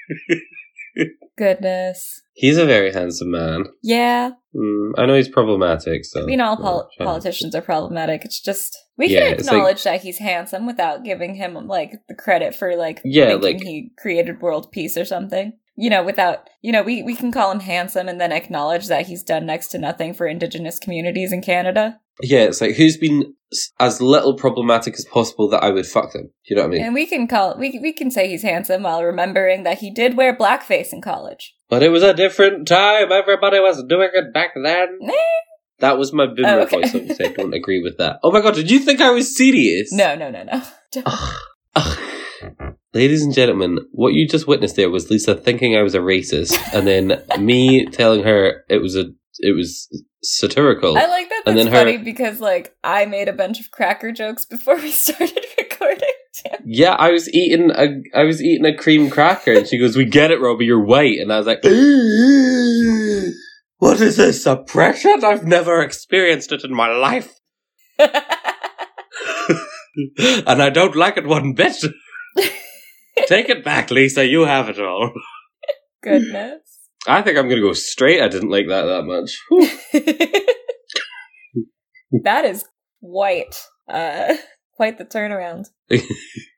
[SPEAKER 1] Goodness.
[SPEAKER 2] he's a very handsome man.
[SPEAKER 1] Yeah.
[SPEAKER 2] Mm, I know he's problematic. So
[SPEAKER 1] I mean all
[SPEAKER 2] yeah,
[SPEAKER 1] pol-
[SPEAKER 2] fine.
[SPEAKER 1] politicians are problematic. It's just we
[SPEAKER 2] Yeah,
[SPEAKER 1] can
[SPEAKER 2] it's like-
[SPEAKER 1] acknowledge that he's handsome without giving him like the credit for like
[SPEAKER 2] Yeah,
[SPEAKER 1] thinking
[SPEAKER 2] like-
[SPEAKER 1] he created world peace or something. You know, without you know, we, we can call him handsome and then acknowledge that he's done next to nothing for indigenous communities in Canada.
[SPEAKER 2] Yeah, it's like who's been s- as little problematic as possible that I would fuck them. You know what I mean?
[SPEAKER 1] And we can call we we can say he's handsome while remembering that he did wear blackface in college.
[SPEAKER 2] But it was a different time. Everybody was doing it back then.
[SPEAKER 1] Nah.
[SPEAKER 2] That was my boomer
[SPEAKER 1] Oh, okay.
[SPEAKER 2] voice. Obviously, I don't agree with that. Oh my god, did you think I was serious?
[SPEAKER 1] No, no, no, no.
[SPEAKER 2] Ugh. Ugh. Ladies and gentlemen, what you just witnessed there was Lisa thinking I was a racist, and then me telling her it was a it was satirical.
[SPEAKER 1] I like that. That's
[SPEAKER 2] Oh. And then her-
[SPEAKER 1] funny because like I made a bunch of cracker jokes before we started recording. Damn.
[SPEAKER 2] yeah, I was eating a I was eating a cream cracker, and she goes, "We get it, Robbie. You're white," and I was like, "Ugh. "What is this oppression? I've never experienced it in my life, and I don't like it one bit." Take it back, Lisa. You have it all.
[SPEAKER 1] Goodness.
[SPEAKER 2] I think I'm going to go straight. I didn't like that that much. Whew.
[SPEAKER 1] that is quite uh quite the turnaround.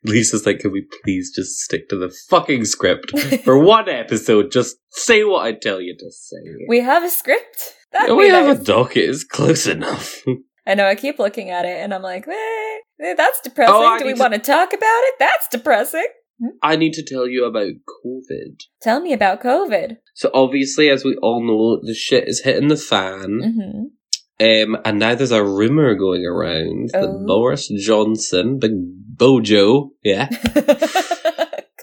[SPEAKER 2] Lisa's like, can we please just stick to the fucking script for one episode? Just say what I tell you to say.
[SPEAKER 1] We have a script. That'd
[SPEAKER 2] Oh, we
[SPEAKER 1] be
[SPEAKER 2] have
[SPEAKER 1] nice.
[SPEAKER 2] a docket. It's close enough.
[SPEAKER 1] I know I keep looking at it and I'm like, eh, eh, that's depressing.
[SPEAKER 2] Oh, I
[SPEAKER 1] Do
[SPEAKER 2] need
[SPEAKER 1] we
[SPEAKER 2] to-
[SPEAKER 1] want to talk about it? That's depressing.
[SPEAKER 2] I need to tell you about COVID.
[SPEAKER 1] Tell me about COVID.
[SPEAKER 2] So obviously, as we all know, the shit is hitting the fan.
[SPEAKER 1] hmm
[SPEAKER 2] Um, and now there's a rumor going around
[SPEAKER 1] Oh.
[SPEAKER 2] that Boris Johnson, Big Bojo, yeah,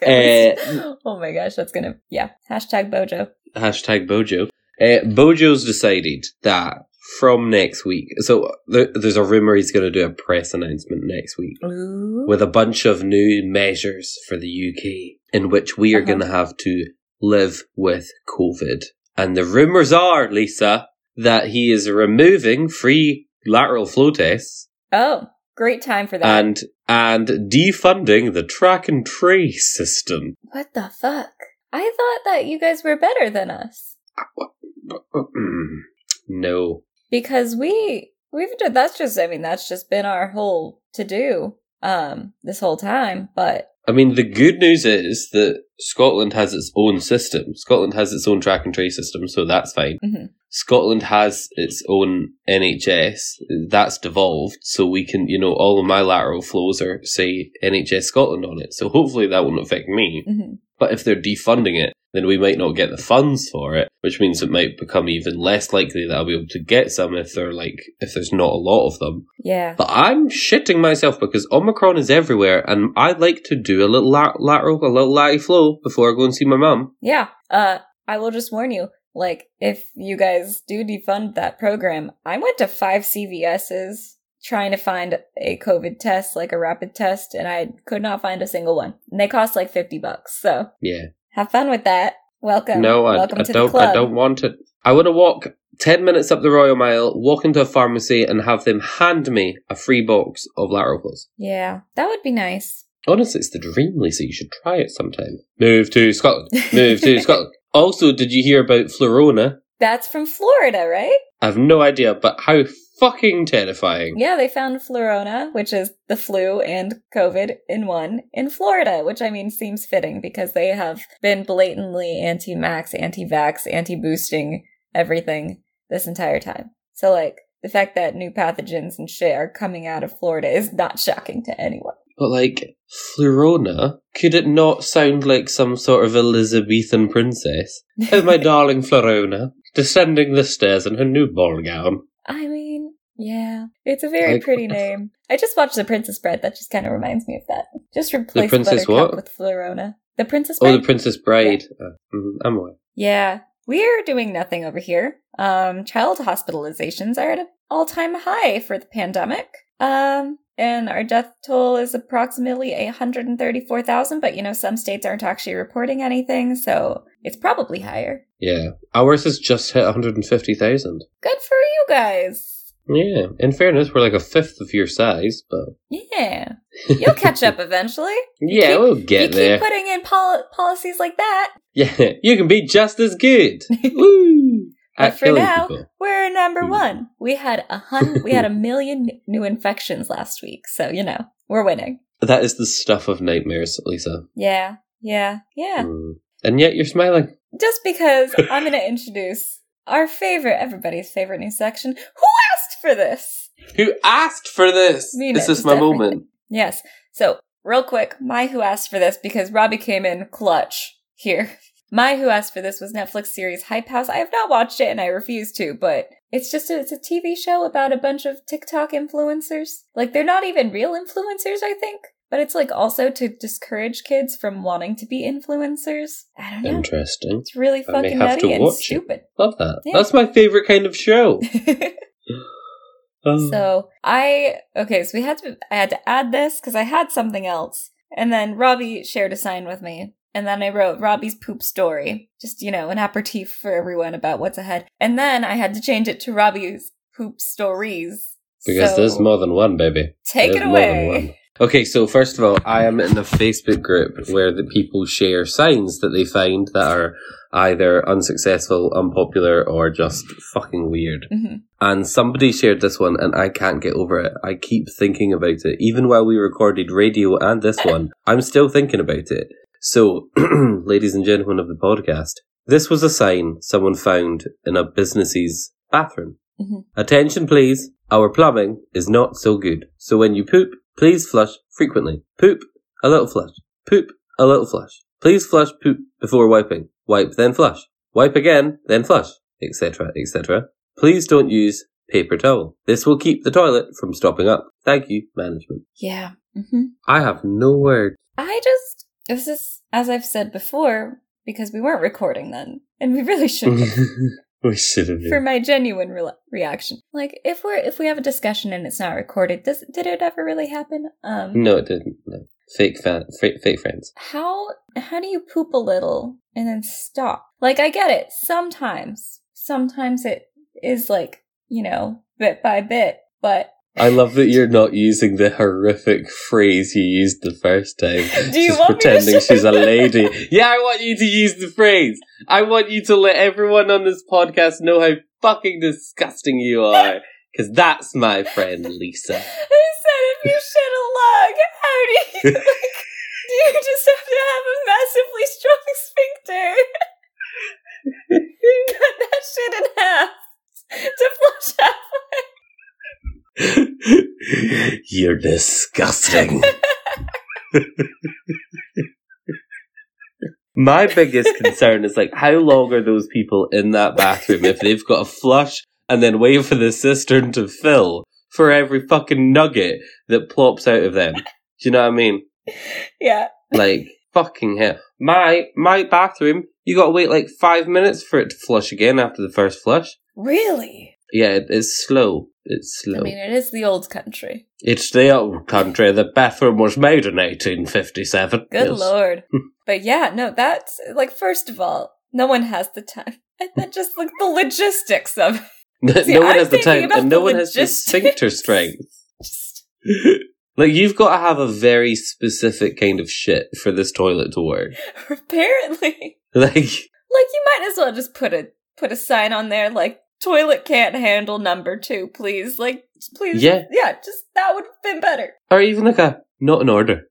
[SPEAKER 2] Eh,
[SPEAKER 1] Goodness. Mm-hmm. oh my gosh, that's gonna yeah. Hashtag Bojo.
[SPEAKER 2] hashtag Bojo. Uh, Bojo's decided that from next week, so there, there's a rumor he's going to do a press announcement next week
[SPEAKER 1] Ooh.
[SPEAKER 2] with a bunch of new measures for the UK in which we are
[SPEAKER 1] Uh-huh.
[SPEAKER 2] going to have to live with COVID. And the rumors are, Lisa, that he is removing free lateral flow tests
[SPEAKER 1] oh, great time for that.
[SPEAKER 2] and and defunding the track and trace system.
[SPEAKER 1] what the fuck? I thought that you guys were better than us
[SPEAKER 2] no.
[SPEAKER 1] because we we've done, that's just I mean that's just been our whole to do um this whole time. But
[SPEAKER 2] I mean, the good news is that Scotland has its own system. Scotland has its own track and trace system, so that's fine.
[SPEAKER 1] Mhm.
[SPEAKER 2] Scotland has its own NHS. That's devolved, so we can, you know, all of my lateral flows are, say, NHS Scotland on it. So hopefully that won't affect me.
[SPEAKER 1] mhm.
[SPEAKER 2] But if they're defunding it, then we might not get the funds for it, which means it might become even less likely that I'll be able to get some if they're like if there's not a lot of them.
[SPEAKER 1] yeah,
[SPEAKER 2] But I'm shitting myself because Omicron is everywhere, and I like to do a little lat- lateral, a little latty flow before I go and see my mum.
[SPEAKER 1] yeah. Uh, I will just warn you. Like, if you guys do defund that program, I went to five CVS's trying to find a COVID test, like a rapid test, and I could not find a single one. And they cost like fifty bucks. So
[SPEAKER 2] Yeah,
[SPEAKER 1] have fun with that. Welcome.
[SPEAKER 2] no, I,
[SPEAKER 1] Welcome
[SPEAKER 2] I
[SPEAKER 1] to the
[SPEAKER 2] don't,
[SPEAKER 1] club.
[SPEAKER 2] I don't want it. I want to walk ten minutes up the Royal Mile, walk into a pharmacy, and have them hand me a free box of lateral flows.
[SPEAKER 1] Yeah, that would be nice.
[SPEAKER 2] Honestly, it's the dream, Lisa. You should try it sometime. Move to Scotland. Move to Scotland. Also, did you hear about Florona?
[SPEAKER 1] That's from Florida, right?
[SPEAKER 2] I've no idea, but how fucking terrifying.
[SPEAKER 1] Yeah, they found Florona, which is the flu and COVID in one in Florida, which I mean seems fitting because they have been blatantly anti max, anti vax, anti boosting everything this entire time. So, like, the fact that new pathogens and shit are coming out of Florida is not shocking to anyone.
[SPEAKER 2] But like Florona, could it not sound like some sort of Elizabethan princess? Oh my darling Florona, descending the stairs in her new ball gown.
[SPEAKER 1] I mean, yeah, it's a very
[SPEAKER 2] Like-
[SPEAKER 1] pretty name. I just watched The Princess Bride. That just kind of reminds me of that. Just replace
[SPEAKER 2] Princess
[SPEAKER 1] Buttercup
[SPEAKER 2] what?
[SPEAKER 1] with Florona. The Princess
[SPEAKER 2] Oh,
[SPEAKER 1] Bride.
[SPEAKER 2] the Princess Bride. Uh, mhm, I'm aware.
[SPEAKER 1] yeah, we are doing nothing over here. Um, child hospitalizations are at an all-time high for the pandemic. Um, and our death toll is approximately 134,000, but you know, some states aren't actually reporting anything, so it's probably higher.
[SPEAKER 2] Yeah, ours has just hit 150,000.
[SPEAKER 1] Good for you guys.
[SPEAKER 2] Yeah, in fairness, we're like a fifth of your size, but
[SPEAKER 1] Yeah. You'll catch up eventually.
[SPEAKER 2] yeah,
[SPEAKER 1] keep-
[SPEAKER 2] we'll get
[SPEAKER 1] you
[SPEAKER 2] there.
[SPEAKER 1] keep putting in pol- policies like that.
[SPEAKER 2] Yeah, you can be just as good. Woo!
[SPEAKER 1] But
[SPEAKER 2] At
[SPEAKER 1] for
[SPEAKER 2] killing
[SPEAKER 1] now-
[SPEAKER 2] people.
[SPEAKER 1] We're number
[SPEAKER 2] Hmm.
[SPEAKER 1] one. We had a hun- we had a million n- new infections last week, so you know we're winning.
[SPEAKER 2] that is the stuff of nightmares, Lisa.
[SPEAKER 1] Yeah, yeah, yeah.
[SPEAKER 2] Mm. And yet you're smiling.
[SPEAKER 1] Just because I'm going to introduce our favorite, everybody's favorite new section. Who asked for this?
[SPEAKER 2] Who asked for this?
[SPEAKER 1] Me,
[SPEAKER 2] this
[SPEAKER 1] no,
[SPEAKER 2] is my
[SPEAKER 1] definitely.
[SPEAKER 2] moment.
[SPEAKER 1] Yes. So real quick, my who asked for this because Robbie came in clutch here. My who asked for this was Netflix series Hype House. I have not watched it and I refuse to, but it's just a, it's a TV show about a bunch of TikTok influencers. Like they're not even real influencers, I think, but it's like also to discourage kids from wanting to be influencers. I don't know.
[SPEAKER 2] Interesting.
[SPEAKER 1] It's really
[SPEAKER 2] I may
[SPEAKER 1] fucking
[SPEAKER 2] have to
[SPEAKER 1] nutty and
[SPEAKER 2] watch it.
[SPEAKER 1] stupid.
[SPEAKER 2] Love that.
[SPEAKER 1] Yeah.
[SPEAKER 2] That's my favorite kind of show. Oh.
[SPEAKER 1] So I okay, so we had to I had to add this because I had something else, and then Robbie shared a sign with me, and then I wrote Robbie's poop story, just you know, an aperitif for everyone about what's ahead, and then I had to change it to Robbie's poop stories
[SPEAKER 2] because
[SPEAKER 1] So,
[SPEAKER 2] there's more than one, baby.
[SPEAKER 1] Take
[SPEAKER 2] There's
[SPEAKER 1] it
[SPEAKER 2] more than
[SPEAKER 1] away.
[SPEAKER 2] one. Okay, so first of all, I am in a Facebook group where the people share signs that they find that are either unsuccessful, unpopular, or just fucking weird.
[SPEAKER 1] Mhm.
[SPEAKER 2] And somebody shared this one, and I can't get over it. I keep thinking about it. Even while we recorded radio and this one, I'm still thinking about it. So, ladies and gentlemen of the podcast, this was a sign someone found in a business's bathroom.
[SPEAKER 1] Mhm.
[SPEAKER 2] Attention, please. Our plumbing is not so good. So when you poop, please flush frequently. Poop, a little flush. Poop, a little flush. Please flush poop before wiping. Wipe, then flush. Wipe again, then flush, etc., etc. Please don't use paper towel. This will keep the toilet from stopping up. Thank you, management.
[SPEAKER 1] Yeah. hmm
[SPEAKER 2] I have no word.
[SPEAKER 1] I just, this is, as I've said before, because we weren't recording then, and we really should have.
[SPEAKER 2] we should have.
[SPEAKER 1] for my genuine re- reaction. Like if we're if we have a discussion and it's not recorded, does did it ever really happen? Um
[SPEAKER 2] No, it didn't. No. Fake fan, fake, fake friends.
[SPEAKER 1] how how do you poop a little and then stop? Like I get it. Sometimes sometimes it is like, you know, bit by bit, but
[SPEAKER 2] I love that you're not using the horrific phrase you used the first time.
[SPEAKER 1] Do you
[SPEAKER 2] she's
[SPEAKER 1] want me to
[SPEAKER 2] pretending
[SPEAKER 1] say
[SPEAKER 2] she's a
[SPEAKER 1] that?
[SPEAKER 2] lady. yeah, I want you to use the phrase. I want you to let everyone on this podcast know how fucking disgusting you are. Because that's my friend,
[SPEAKER 1] I
[SPEAKER 2] Lisa.
[SPEAKER 1] said if you shit a log, how do you do you just have to have a massively strong sphincter? Cut that shit in half to flush out.
[SPEAKER 2] You're disgusting. My biggest concern is like, how long are those people in that bathroom if they've got a flush and then wait for the cistern to fill for every fucking nugget that plops out of them? Do you know what I mean?
[SPEAKER 1] Yeah.
[SPEAKER 2] Like, fucking hell. My my bathroom, you gotta wait like five minutes for it to flush again after the first flush.
[SPEAKER 1] Really?
[SPEAKER 2] Yeah, it, it's slow. It's slow.
[SPEAKER 1] I mean, it is the old country.
[SPEAKER 2] It's the old country. The bathroom was made in 1857.
[SPEAKER 1] Good
[SPEAKER 2] Yes. Hmm.
[SPEAKER 1] lord. but yeah, no, that's like, first of all, no one has the time. And then just like the logistics of it.
[SPEAKER 2] No,
[SPEAKER 1] See,
[SPEAKER 2] no one
[SPEAKER 1] I'm
[SPEAKER 2] has the
[SPEAKER 1] thinking
[SPEAKER 2] time,
[SPEAKER 1] about
[SPEAKER 2] and no
[SPEAKER 1] the
[SPEAKER 2] one has the
[SPEAKER 1] logistics.
[SPEAKER 2] sphincter strength.
[SPEAKER 1] Just,
[SPEAKER 2] like you've got to have a very specific kind of shit for this toilet to work.
[SPEAKER 1] apparently, like
[SPEAKER 2] Like,
[SPEAKER 1] you might as well just put a put a sign on there like toilet can't handle number two, please. Like, just please,
[SPEAKER 2] Yeah.
[SPEAKER 1] yeah, just that would have been better.
[SPEAKER 2] or even like a not in order.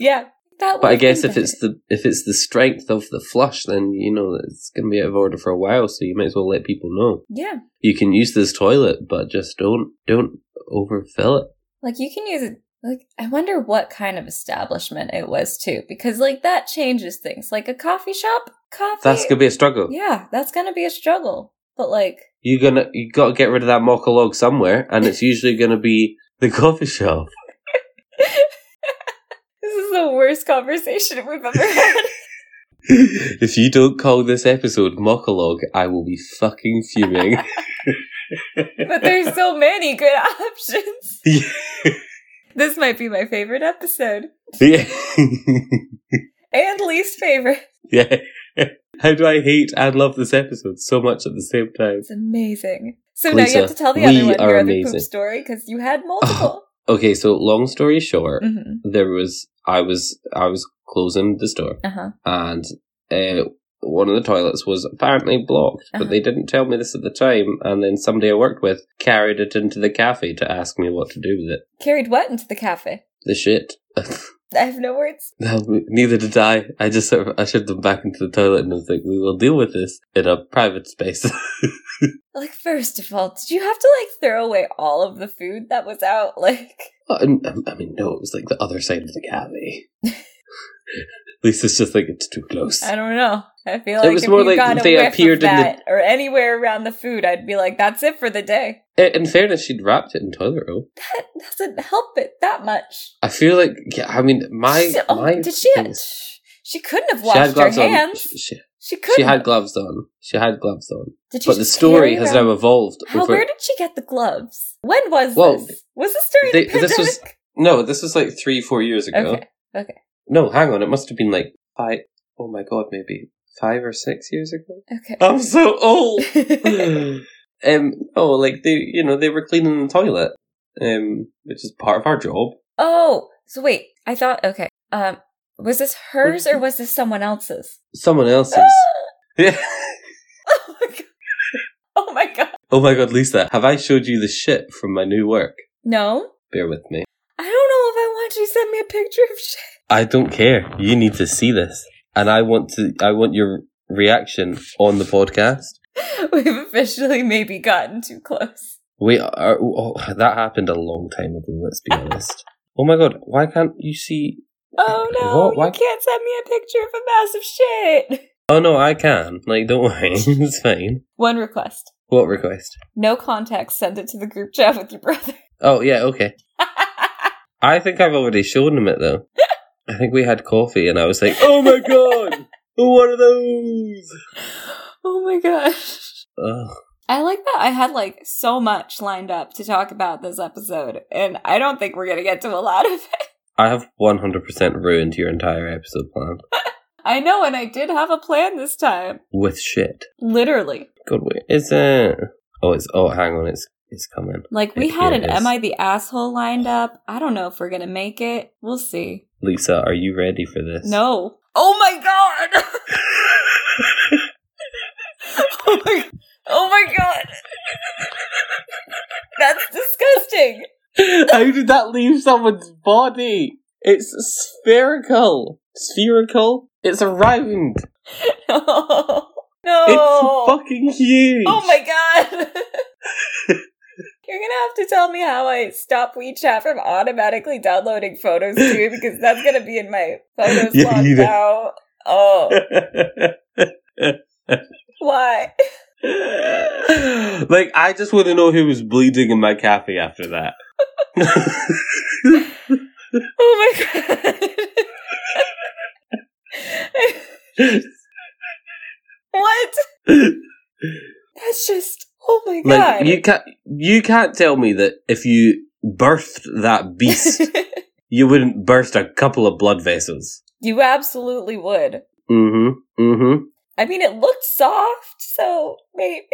[SPEAKER 1] Yeah, that. Would
[SPEAKER 2] But I guess if it's the if it's the strength of the flush, then you know it's gonna be out of order for a while. So you might as well let people know
[SPEAKER 1] yeah,
[SPEAKER 2] you can use this toilet, but just don't don't overfill it.
[SPEAKER 1] Like you can use it. Like I wonder what kind of establishment it was too, because like that changes things. Like a coffee shop, coffee.
[SPEAKER 2] That's gonna be a struggle.
[SPEAKER 1] Yeah, that's gonna be a struggle. But like,
[SPEAKER 2] you're gonna you gotta get rid of that mocha log somewhere, and it's usually gonna be the coffee shop.
[SPEAKER 1] this is the worst conversation we've ever had.
[SPEAKER 2] if you don't call this episode mocha log, I will be fucking fuming.
[SPEAKER 1] but there's so many good options.
[SPEAKER 2] Yeah.
[SPEAKER 1] this might be my favorite episode
[SPEAKER 2] yeah.
[SPEAKER 1] and least favorite.
[SPEAKER 2] yeah. How do I hate and love this episode so much at the same time?
[SPEAKER 1] It's amazing. So now
[SPEAKER 2] Lisa,
[SPEAKER 1] you have to tell the
[SPEAKER 2] we
[SPEAKER 1] other one your
[SPEAKER 2] are
[SPEAKER 1] other
[SPEAKER 2] amazing. Uh-huh.
[SPEAKER 1] poop story because you had multiple.
[SPEAKER 2] Okay, so long story short,
[SPEAKER 1] hmm
[SPEAKER 2] there was I was I was closing the store
[SPEAKER 1] Uh huh.
[SPEAKER 2] and uh, one of the toilets was apparently blocked,
[SPEAKER 1] Uh-huh.
[SPEAKER 2] but they didn't tell me this at the time. And then somebody I worked with carried it into the cafe to ask me what to do with it.
[SPEAKER 1] Carried what into the cafe?
[SPEAKER 2] The shit.
[SPEAKER 1] I have no words.
[SPEAKER 2] No, neither did I. I just sort of ushered them back into the toilet and was like, "We will deal with this in a private space."
[SPEAKER 1] Like, first of all, did you have to like throw away all of the food that was out? Like,
[SPEAKER 2] I I mean, no, it was like the other side of the cafe. Lisa's just like it's too close.
[SPEAKER 1] I don't know. I feel
[SPEAKER 2] It
[SPEAKER 1] like
[SPEAKER 2] was
[SPEAKER 1] if
[SPEAKER 2] more
[SPEAKER 1] you
[SPEAKER 2] like
[SPEAKER 1] got a
[SPEAKER 2] they
[SPEAKER 1] whiff
[SPEAKER 2] appeared
[SPEAKER 1] of
[SPEAKER 2] in the-
[SPEAKER 1] that or anywhere around the food, I'd be like, "That's it for the day."
[SPEAKER 2] I- In fairness, she'd wrapped it in toilet roll.
[SPEAKER 1] That doesn't help it that much.
[SPEAKER 2] I feel like, yeah, I mean, my
[SPEAKER 1] So- oh,
[SPEAKER 2] my
[SPEAKER 1] did she?
[SPEAKER 2] things-
[SPEAKER 1] She couldn't have
[SPEAKER 2] she had
[SPEAKER 1] washed her
[SPEAKER 2] gloves on.
[SPEAKER 1] hands.
[SPEAKER 2] She, she-
[SPEAKER 1] She couldn't.
[SPEAKER 2] she had gloves on. She had gloves on.
[SPEAKER 1] Did you
[SPEAKER 2] But the
[SPEAKER 1] just
[SPEAKER 2] story
[SPEAKER 1] carry
[SPEAKER 2] has
[SPEAKER 1] around-
[SPEAKER 2] now evolved.
[SPEAKER 1] How?
[SPEAKER 2] over-
[SPEAKER 1] Where did she get the gloves? When was
[SPEAKER 2] Well,
[SPEAKER 1] this? Was this during
[SPEAKER 2] they-
[SPEAKER 1] the pandemic?
[SPEAKER 2] this was- no, this was like three, four years ago.
[SPEAKER 1] okay.
[SPEAKER 2] No, hang on. It must have been like five oh my god, maybe five or six years ago.
[SPEAKER 1] Okay.
[SPEAKER 2] I'm so old. Uh, um. Oh, like they, you know, they were cleaning the toilet. Um, which is part of our job.
[SPEAKER 1] Oh, so wait. I thought okay. Um was this hers or was this someone else's?
[SPEAKER 2] Someone else's. Yeah.
[SPEAKER 1] oh my god. Oh my god.
[SPEAKER 2] Oh my god, Lisa, have I showed you the shit from my new work?
[SPEAKER 1] No.
[SPEAKER 2] Bear with me.
[SPEAKER 1] I don't know if I want you to send me a picture of shit.
[SPEAKER 2] I don't care. You need to see this, and I want to. I want your reaction on the podcast.
[SPEAKER 1] We've officially maybe gotten too close.
[SPEAKER 2] We are. Oh, that happened a long time ago. Let's be honest. Oh my god, why can't you see?
[SPEAKER 1] Oh
[SPEAKER 2] What?
[SPEAKER 1] no,
[SPEAKER 2] Why
[SPEAKER 1] you can't send me a picture of a massive shit.
[SPEAKER 2] Oh no, I can. Like, don't worry, it's fine.
[SPEAKER 1] One request.
[SPEAKER 2] What request?
[SPEAKER 1] No contact. Send it to the group chat with your brother.
[SPEAKER 2] Oh, yeah, okay. I think I've already shown him it, though. I think we had coffee, and I was like, oh my god, what are those?
[SPEAKER 1] oh my gosh.
[SPEAKER 2] Ugh.
[SPEAKER 1] I like that I had like so much lined up to talk about this episode, and I don't think we're gonna get to a lot of it.
[SPEAKER 2] I have 100% ruined your entire episode plan
[SPEAKER 1] I know, and I did have a plan this time.
[SPEAKER 2] with shit.
[SPEAKER 1] Literally.
[SPEAKER 2] Good way. Is it? Oh, it's. Oh, hang on, it's it's coming.
[SPEAKER 1] Like we
[SPEAKER 2] It-
[SPEAKER 1] had
[SPEAKER 2] it
[SPEAKER 1] an
[SPEAKER 2] is.
[SPEAKER 1] Am I the Asshole lined up. I don't know if we're gonna make it. We'll see.
[SPEAKER 2] Lisa, are you ready for this?
[SPEAKER 1] No. Oh my god! oh, my, oh my god! That's disgusting!
[SPEAKER 2] How did that leave someone's body? It's spherical. Spherical. It's a round.
[SPEAKER 1] No.
[SPEAKER 2] It's
[SPEAKER 1] No.
[SPEAKER 2] fucking huge.
[SPEAKER 1] oh my god! You're gonna have to tell me how I stop WeChat from automatically downloading photos too, because that's gonna be in my photos
[SPEAKER 2] Yeah,
[SPEAKER 1] log
[SPEAKER 2] you
[SPEAKER 1] now.
[SPEAKER 2] know.
[SPEAKER 1] Oh, why?
[SPEAKER 2] like I just want to know who was bleeding in my cafe after that.
[SPEAKER 1] Oh my god. what? That's just oh my god.
[SPEAKER 2] like you can't you can't tell me that if you birthed that beast, you wouldn't burst a couple of blood vessels.
[SPEAKER 1] you absolutely would.
[SPEAKER 2] Mm-hmm. Mm-hmm.
[SPEAKER 1] I mean it looked soft, so maybe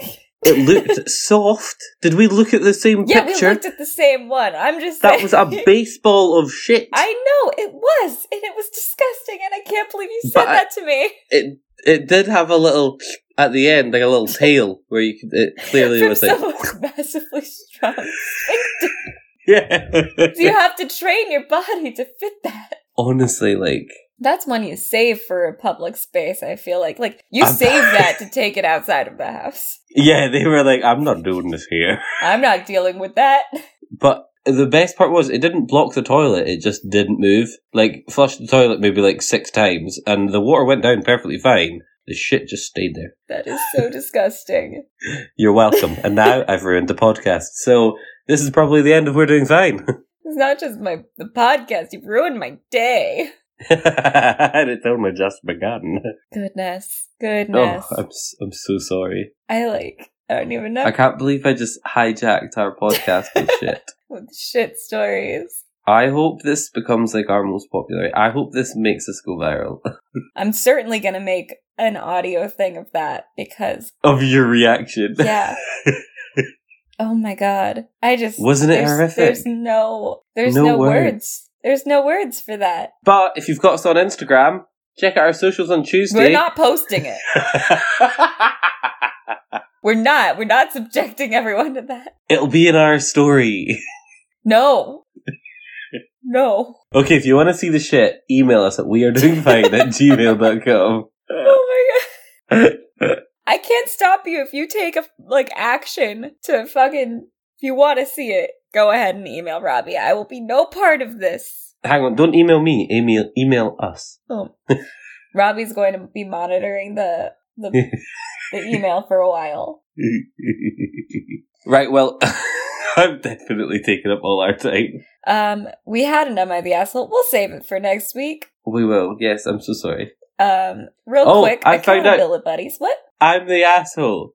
[SPEAKER 2] It looked soft. Did we look at the same
[SPEAKER 1] Yeah,
[SPEAKER 2] picture?
[SPEAKER 1] we looked at the same one. I'm just
[SPEAKER 2] that
[SPEAKER 1] saying.
[SPEAKER 2] was a baseball of shit.
[SPEAKER 1] I know it was, and it was disgusting, and I can't believe you said
[SPEAKER 2] But I-
[SPEAKER 1] that to me
[SPEAKER 2] It it did have a little at the end, like a little tail where you could. It clearly
[SPEAKER 1] from
[SPEAKER 2] was like
[SPEAKER 1] someone with massively strong. sphincter. Do you
[SPEAKER 2] yeah.
[SPEAKER 1] have to train your body to fit that?
[SPEAKER 2] Honestly, like
[SPEAKER 1] That's one you save for a public space. I feel like, like you
[SPEAKER 2] I'm-
[SPEAKER 1] save that to take it outside of the house.
[SPEAKER 2] yeah, they were like, I'm not doing this here.
[SPEAKER 1] I'm not dealing with that.
[SPEAKER 2] But the best part was it didn't block the toilet; it just didn't move. Like flushed the toilet maybe like six times, and the water went down perfectly fine. The shit just stayed there.
[SPEAKER 1] That is so disgusting.
[SPEAKER 2] You're welcome. and now I've ruined the podcast. So this is probably the end of We're Doing Fine.
[SPEAKER 1] It's not just my the podcast. You've ruined my day.
[SPEAKER 2] and it's only just begun.
[SPEAKER 1] Goodness, goodness.
[SPEAKER 2] Oh, I'm s- I'm so sorry.
[SPEAKER 1] I like. I don't even know
[SPEAKER 2] I can't believe I just hijacked our podcast with shit.
[SPEAKER 1] with shit stories.
[SPEAKER 2] I hope this becomes like our most popular. I hope this makes us go viral.
[SPEAKER 1] I'm certainly gonna make an audio thing of that because
[SPEAKER 2] of your reaction.
[SPEAKER 1] yeah. oh my god! I just
[SPEAKER 2] Wasn't it
[SPEAKER 1] there's,
[SPEAKER 2] horrific?
[SPEAKER 1] There's no there's
[SPEAKER 2] No
[SPEAKER 1] no,
[SPEAKER 2] words.
[SPEAKER 1] words. There's no words for that.
[SPEAKER 2] But if you've got us on Instagram, check out our socials on Tuesday.
[SPEAKER 1] We're not posting it. We're not. We're not subjecting everyone to that.
[SPEAKER 2] It'll be in our story.
[SPEAKER 1] No. No.
[SPEAKER 2] Okay, if you want to see the shit, email us at wearedoingfine at gmail.com.
[SPEAKER 1] Oh my god. I can't stop you if you take a like action to fucking if you want to see it, go ahead and email Robbie. I will be no part of this.
[SPEAKER 2] Hang on, don't email me. Email email us.
[SPEAKER 1] Oh. Robbie's going to be monitoring the the, the email for a while.
[SPEAKER 2] right, well, I've definitely taken up all our time.
[SPEAKER 1] Um, we had an Am I the Asshole. We'll save it for next week.
[SPEAKER 2] We will. Yes, I'm so sorry.
[SPEAKER 1] Um, real
[SPEAKER 2] Oh,
[SPEAKER 1] quick,
[SPEAKER 2] I found out-
[SPEAKER 1] accountability buddies. What?
[SPEAKER 2] I'm the asshole.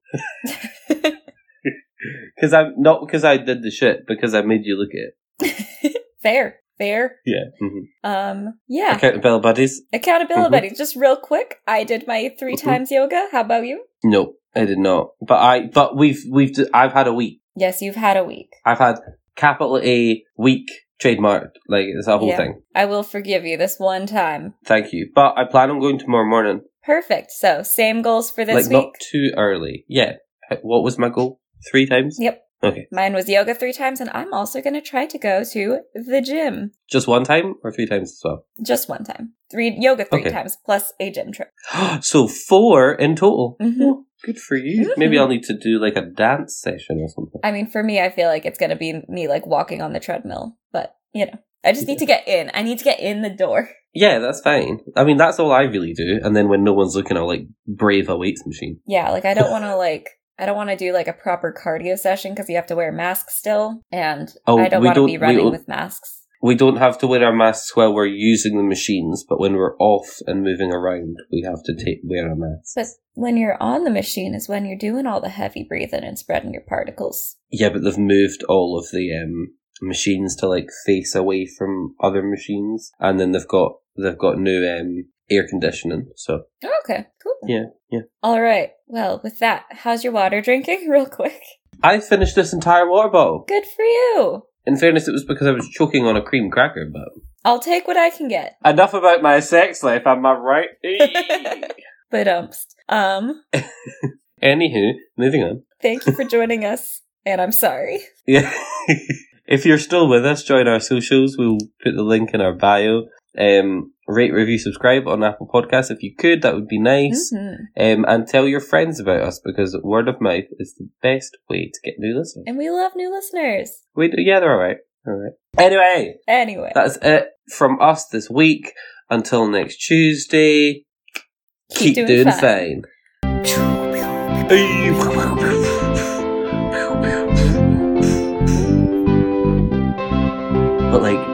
[SPEAKER 2] Because I'm not because I did the shit, because I made you look at it.
[SPEAKER 1] fair, fair.
[SPEAKER 2] Yeah. mhm.
[SPEAKER 1] Um, yeah.
[SPEAKER 2] Accountability buddies?
[SPEAKER 1] Accountability
[SPEAKER 2] Mhm.
[SPEAKER 1] buddies. Just real quick, I did my 3
[SPEAKER 2] Mhm.
[SPEAKER 1] times yoga. How about you?
[SPEAKER 2] No, I did not. But I, but we've, we've, d- I've had a week.
[SPEAKER 1] Yes, you've had a week.
[SPEAKER 2] I've had capital A week trademarked. Like it's a whole
[SPEAKER 1] Yeah.
[SPEAKER 2] thing.
[SPEAKER 1] I will forgive you this one time.
[SPEAKER 2] Thank you. But I plan on going tomorrow morning.
[SPEAKER 1] Perfect. So same goals for
[SPEAKER 2] like
[SPEAKER 1] this
[SPEAKER 2] not
[SPEAKER 1] week.
[SPEAKER 2] too early. Yeah. H- What was my goal? Three times?
[SPEAKER 1] Yep.
[SPEAKER 2] Okay.
[SPEAKER 1] Mine was yoga three times, and I'm also going to try to go to the gym
[SPEAKER 2] Just one time or three times as well?
[SPEAKER 1] just one time. Three yoga three
[SPEAKER 2] Okay.
[SPEAKER 1] times plus a gym trip.
[SPEAKER 2] so four in total.
[SPEAKER 1] Mhm.
[SPEAKER 2] Oh, good for you. Maybe
[SPEAKER 1] Mhm.
[SPEAKER 2] I'll need to do like a dance session or something.
[SPEAKER 1] I mean, for me, I feel like it's going to be me like walking on the treadmill, but you know, I just need to get in. I need to get in the door.
[SPEAKER 2] Yeah, that's fine. I mean, that's all I really do. And then when no one's looking, I'll like brave a weights machine.
[SPEAKER 1] Yeah, like I don't want to like I don't want to do like a proper cardio session because you have to wear masks still, and
[SPEAKER 2] Oh,
[SPEAKER 1] I don't
[SPEAKER 2] we
[SPEAKER 1] want to
[SPEAKER 2] don't-
[SPEAKER 1] be
[SPEAKER 2] we
[SPEAKER 1] running
[SPEAKER 2] don't-
[SPEAKER 1] with masks.
[SPEAKER 2] We don't have to wear our masks while we're using the machines, but when we're off and moving around, we have to take wear a mask.
[SPEAKER 1] But when you're on the machine is when you're doing all the heavy breathing and spreading your particles.
[SPEAKER 2] Yeah, but they've moved all of the um, machines to like face away from other machines, and then they've got they've got new um, air conditioning. So
[SPEAKER 1] Oh, okay, cool.
[SPEAKER 2] Yeah, yeah.
[SPEAKER 1] All right. Well, with that, how's your water drinking? Real quick.
[SPEAKER 2] I finished this entire water bottle.
[SPEAKER 1] Good for you.
[SPEAKER 2] In fairness, it was because I was choking on a cream cracker. But
[SPEAKER 1] I'll take what I can get.
[SPEAKER 2] enough about my sex life. Am I right?
[SPEAKER 1] But um, um,
[SPEAKER 2] Anywho, moving on.
[SPEAKER 1] thank you for joining us, and I'm sorry.
[SPEAKER 2] Yeah. if you're still with us, join our socials. We'll put the link in our bio. Um, rate, review, subscribe on Apple Podcasts if you could. That would be nice.
[SPEAKER 1] Mhm.
[SPEAKER 2] Um, and tell your friends about us because word of mouth is the best way to get new listeners.
[SPEAKER 1] And we love new listeners.
[SPEAKER 2] We do, yeah, they're all right. All right. Anyway,
[SPEAKER 1] Anyway,
[SPEAKER 2] that's it from us this week. Until next Tuesday, keep, doing, fine. But like.